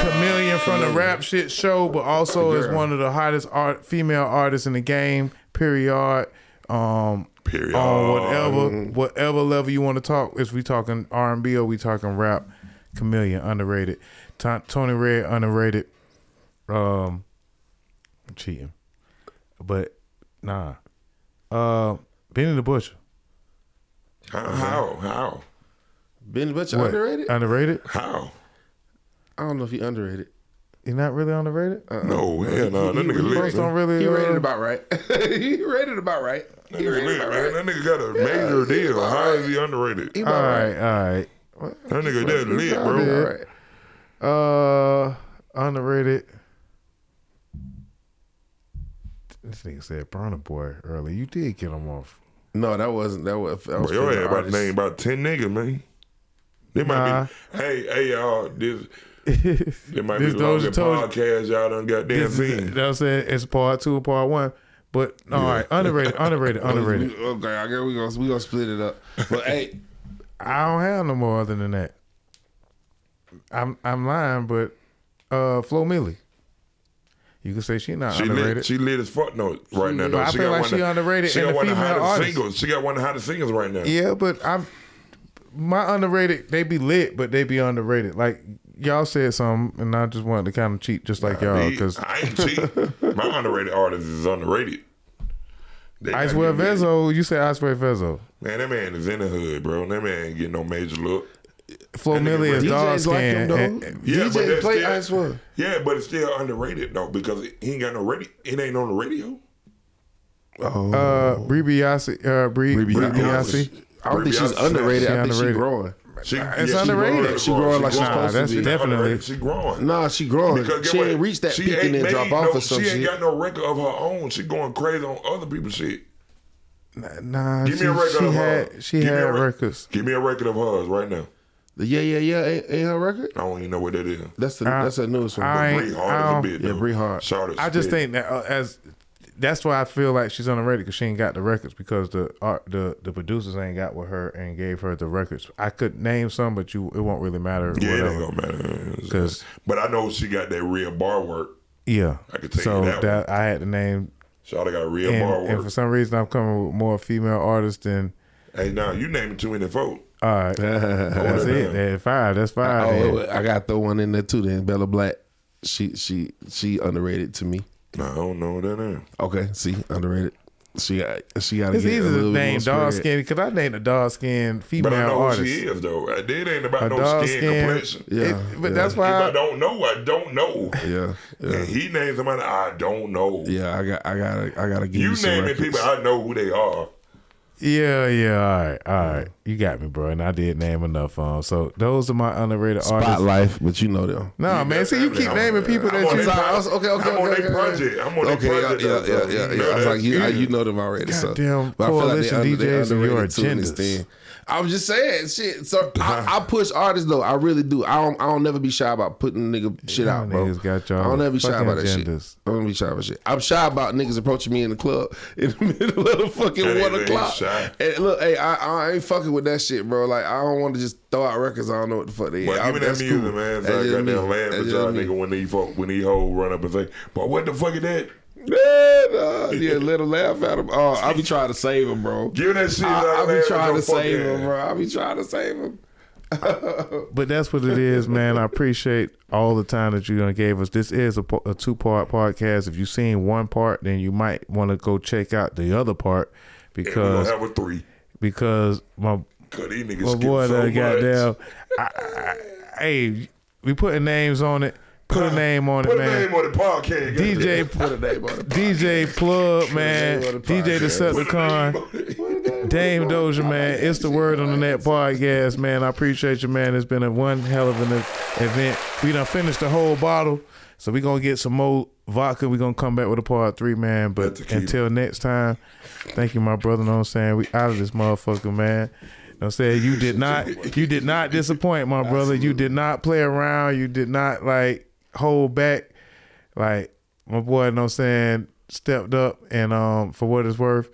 Chameleon from the rap shit show, but also is one of the hottest art female artists in the game, period. Um
Period.
on
Oh,
whatever whatever level you want to talk. Is we talking R and B or we talking rap? Chameleon underrated. T- Tony Red underrated. Um, I'm cheating, but nah. Uh, Benny the Butcher.
How? How? How?
Ben Butcher
What? Uh,
underrated.
Underrated?
How?
I don't know if he underrated.
You're not really underrated.
Uh-uh.
No, hell no. That nigga
Folks
lit.
don't
man.
really.
Uh, He
uh,
rated about right. [LAUGHS] he rated about right.
That
He
nigga
rated
lit,
about
man.
right.
That nigga got a major deal. How is he underrated?
He
That
about
all
right.
right, all right.
nigga that lit,
He
bro.
about right.
Uh, underrated. This nigga said Burner Boy early. You did get him off. [LAUGHS]
No, that wasn't. That was. That was
Bro, y'all
favorite
had about
artist.
name about ten niggas, man. They might
Nah.
be. Hey, hey, y'all. This. It might
This
be the
Doja
longest
told-
podcast y'all done goddamn
This is, you
seen.
know what I'm saying? It's part two, part one. But all right, underrated,
[LAUGHS]
underrated, [LAUGHS] underrated.
Okay, I guess we gonna we gonna split it up.
[LAUGHS]
But hey,
I don't have no more other than that. I'm I'm lying, but uh, Flo Millie. You can say she not
She
underrated.
lit, she lit as fuck no right now.
But
Though.
I
she
feel
got
like
one of
she
the-
underrated
She
in
got
the
one of the
female
hottest
artists.
singles. She got one of the hottest singles right now.
Yeah, but I'm my underrated. They be lit, but they be underrated. Like y'all said something, and I just wanted to kind of cheat, just like y'all,
The-
because
I ain't cheap. My underrated artist is underrated. They
I
gotta
swear
get big.
Vezo. You said I swear Vezo.
Man, that man is in the hood, bro. That man ain't getting no major look.
Flo
And they
Millie is
DJs
dog
DJs like him
skin. and-
though.
and-
Yeah, but
DJ
that's
play
still-
Ice One.
Yeah, but it's still underrated though because he ain't got no radio. It ain't on the radio.
Oh,
uh, Brie Beyonce, uh, Brie, Brie,
Beyonce.
Beyonce.
I don't think she's
Beyonce snapped.
underrated.
She
I think she's
underrated.
growing.
She,
It's underrated.
She growing like
She
she's supposed to
that's
be.
She
definitely-
underrated. She growing.
Nah, she growing.
Because
She
get
ain't
what?
reached that
She
peak and
ain't
then drop
made
off
no-
or some
She ain't
shit.
got no record of her own. She going crazy on other people's shit.
Nah,
Give
she,
me a record
she
of her.
had she
Give me
had
a rec-
records.
Give me a record of hers right now.
The yeah, yeah, yeah. Ain't, ain't her record?
I don't even know what that is.
That's the that's her newest one.
Uh, I [LAUGHS] ain't-
Bree hard as a
I
bitch.
don't- yeah, Bree Hard.
Shout
I just think that uh, as that's why I feel like she's underrated because she ain't got the records because the art the the producers ain't got with her and gave her the records. I could name some, but you it won't really matter.
Yeah, it
whatever.
ain't gonna matter. It's-
'Cause-
but I know she got that real bar work.
Yeah.
I could take
so
that one.
I had the name,
Shout got real
and,
bar
and for
work.
some reason I'm coming with more female artists than.
Hey, now you naming too many folk.
All right, that's
Hold it
it.
down.
That five. That's five. then.
oh, I got to throw one in there too. Then Bella Black. She she she underrated to me.
No, I don't know that name.
Okay, see underrated. She got she got to
It's
get a
easy
little
to
bit
name
more
dog
spread.
skin because I named a dog skin female
But I know
artist.
who she is though. It ain't about
A
no
dog
skin,
skin-
complexion.
Yeah,
It- but
yeah.
that's
If
why
I don't know, I don't know.
Yeah, yeah,
And he named somebody I don't know.
yeah. I got I got I got to give you,
You
some
naming
records.
people I know who they are.
Yeah, yeah. All right, all right. You got me, bro. And I did name enough of 'em. So those are my underrated artists.
Spotlight, but you know them.
No, man. See, you keep naming people
I'm
that
on
you.
[LAUGHS] their
Sorry, I
pro-
was- okay, okay,
I'm on
okay,
their
okay.
project. I'm on their
Okay, yeah,
project.
yeah, yeah,
though, so
yeah,
you
yeah.
know
I was
that.
like, you,
Yeah.
you know them already. so.
Goddamn
But I feel like
coalition
they under- they
DJs and your
underrated to an
agendas.
extent. I'm just saying, shit. So
[LAUGHS]
I, I push artists though. I really do. I don't. I don't never be shy about putting nigga shit
Y'all
out, bro.
niggas got y'all
I don't ever be shy
fucking
about that shit.
agendas.
I don't be shy about shit. I'm shy about niggas approaching me in the club [LAUGHS] in the middle of the fucking
That ain't-
one
that ain't
o'clock.
shy.
And look, hey, I, I ain't fucking with that shit, bro. Like I don't want to just throw out records. I don't know what the fuck they.
But
are.
even that
That's
music,
cool.
man, it's
That's
like
just me.
goddamn laughing
That's
at
just
y'all
me.
nigga when he folk when he hoe run up and say, "But what the fuck is that?"
Man, uh,
[LAUGHS]
yeah, let him laugh at him. Oh, I be trying to save him, bro.
Give that shit.
I, I
like,
be
laugh at
trying
your
to save
fucking-
him, bro. I be trying to save him.
But that's what it is, man. I appreciate all the time that you done gave us. This is a, po- a two part podcast. If you've seen one part, then you might want to go check out the other part
We gonna
because
have a three.
because my
Cause these niggas
my
skip
boy
so
done
much.
got down. I, I, I- hey, we putting names on it. Put
[SIGHS]
a name on it,
Put a
man.
name on the podcast.
DJ
Put a name on it.
DJ Plug, man.
name of the
DJ
podcast.
Decepticon. Dame Doja, man. It's the Word on the Net podcast, man. I appreciate you, man. It's been a one hell of an e- event. We done finished the whole bottle, so we going to get some more vodka. we going to come back with a part three, man. But
That's the key.
until next time, thank you, my brother. Know what I'm saying? We out of this motherfucker, man. Know what I'm saying? You did not, you did not disappoint, my brother. You did not play around. You did not, like, hold back. Like, my boy, know what I'm saying? Stepped up, and um, for what it's worth,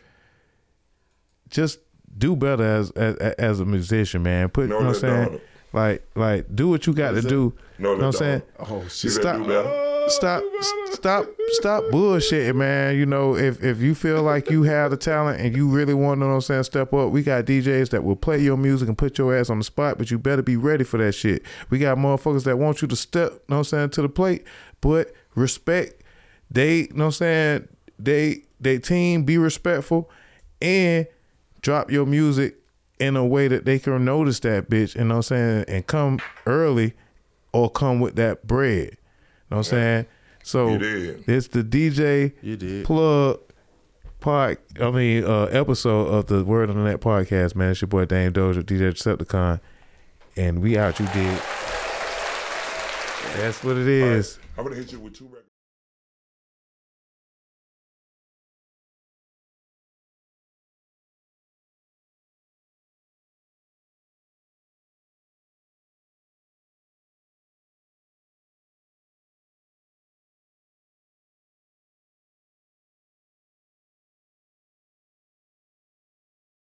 just do better as as, as a musician, man. Put
No,
you know what I'm
they
saying?
don't.
Like like do what you got to do.
No,
you know
they
what I'm saying?
Oh
She
shit.
said,
Stop.
"Do better."
Stop stop stop bullshitting, man. You know, if if you feel like you have the talent and you really want to know what I'm saying, step up. We got DJs that will play your music and put your ass on the spot, but you better be ready for that shit. We got motherfuckers that want you to step, you know what I'm saying, to the plate, but respect they you know what I'm saying, they they team, be respectful and drop your music in a way that they can notice that bitch, you know what I'm saying, and come early or come with that bread. You know what I'm saying? So
You did.
it's the DJ
You did.
plug pod I mean uh episode of the Word on the Net podcast, man. It's your boy Dame Doja, DJ Decepticon, and we out you did. That's what it is.
I'm gonna hit you with two records.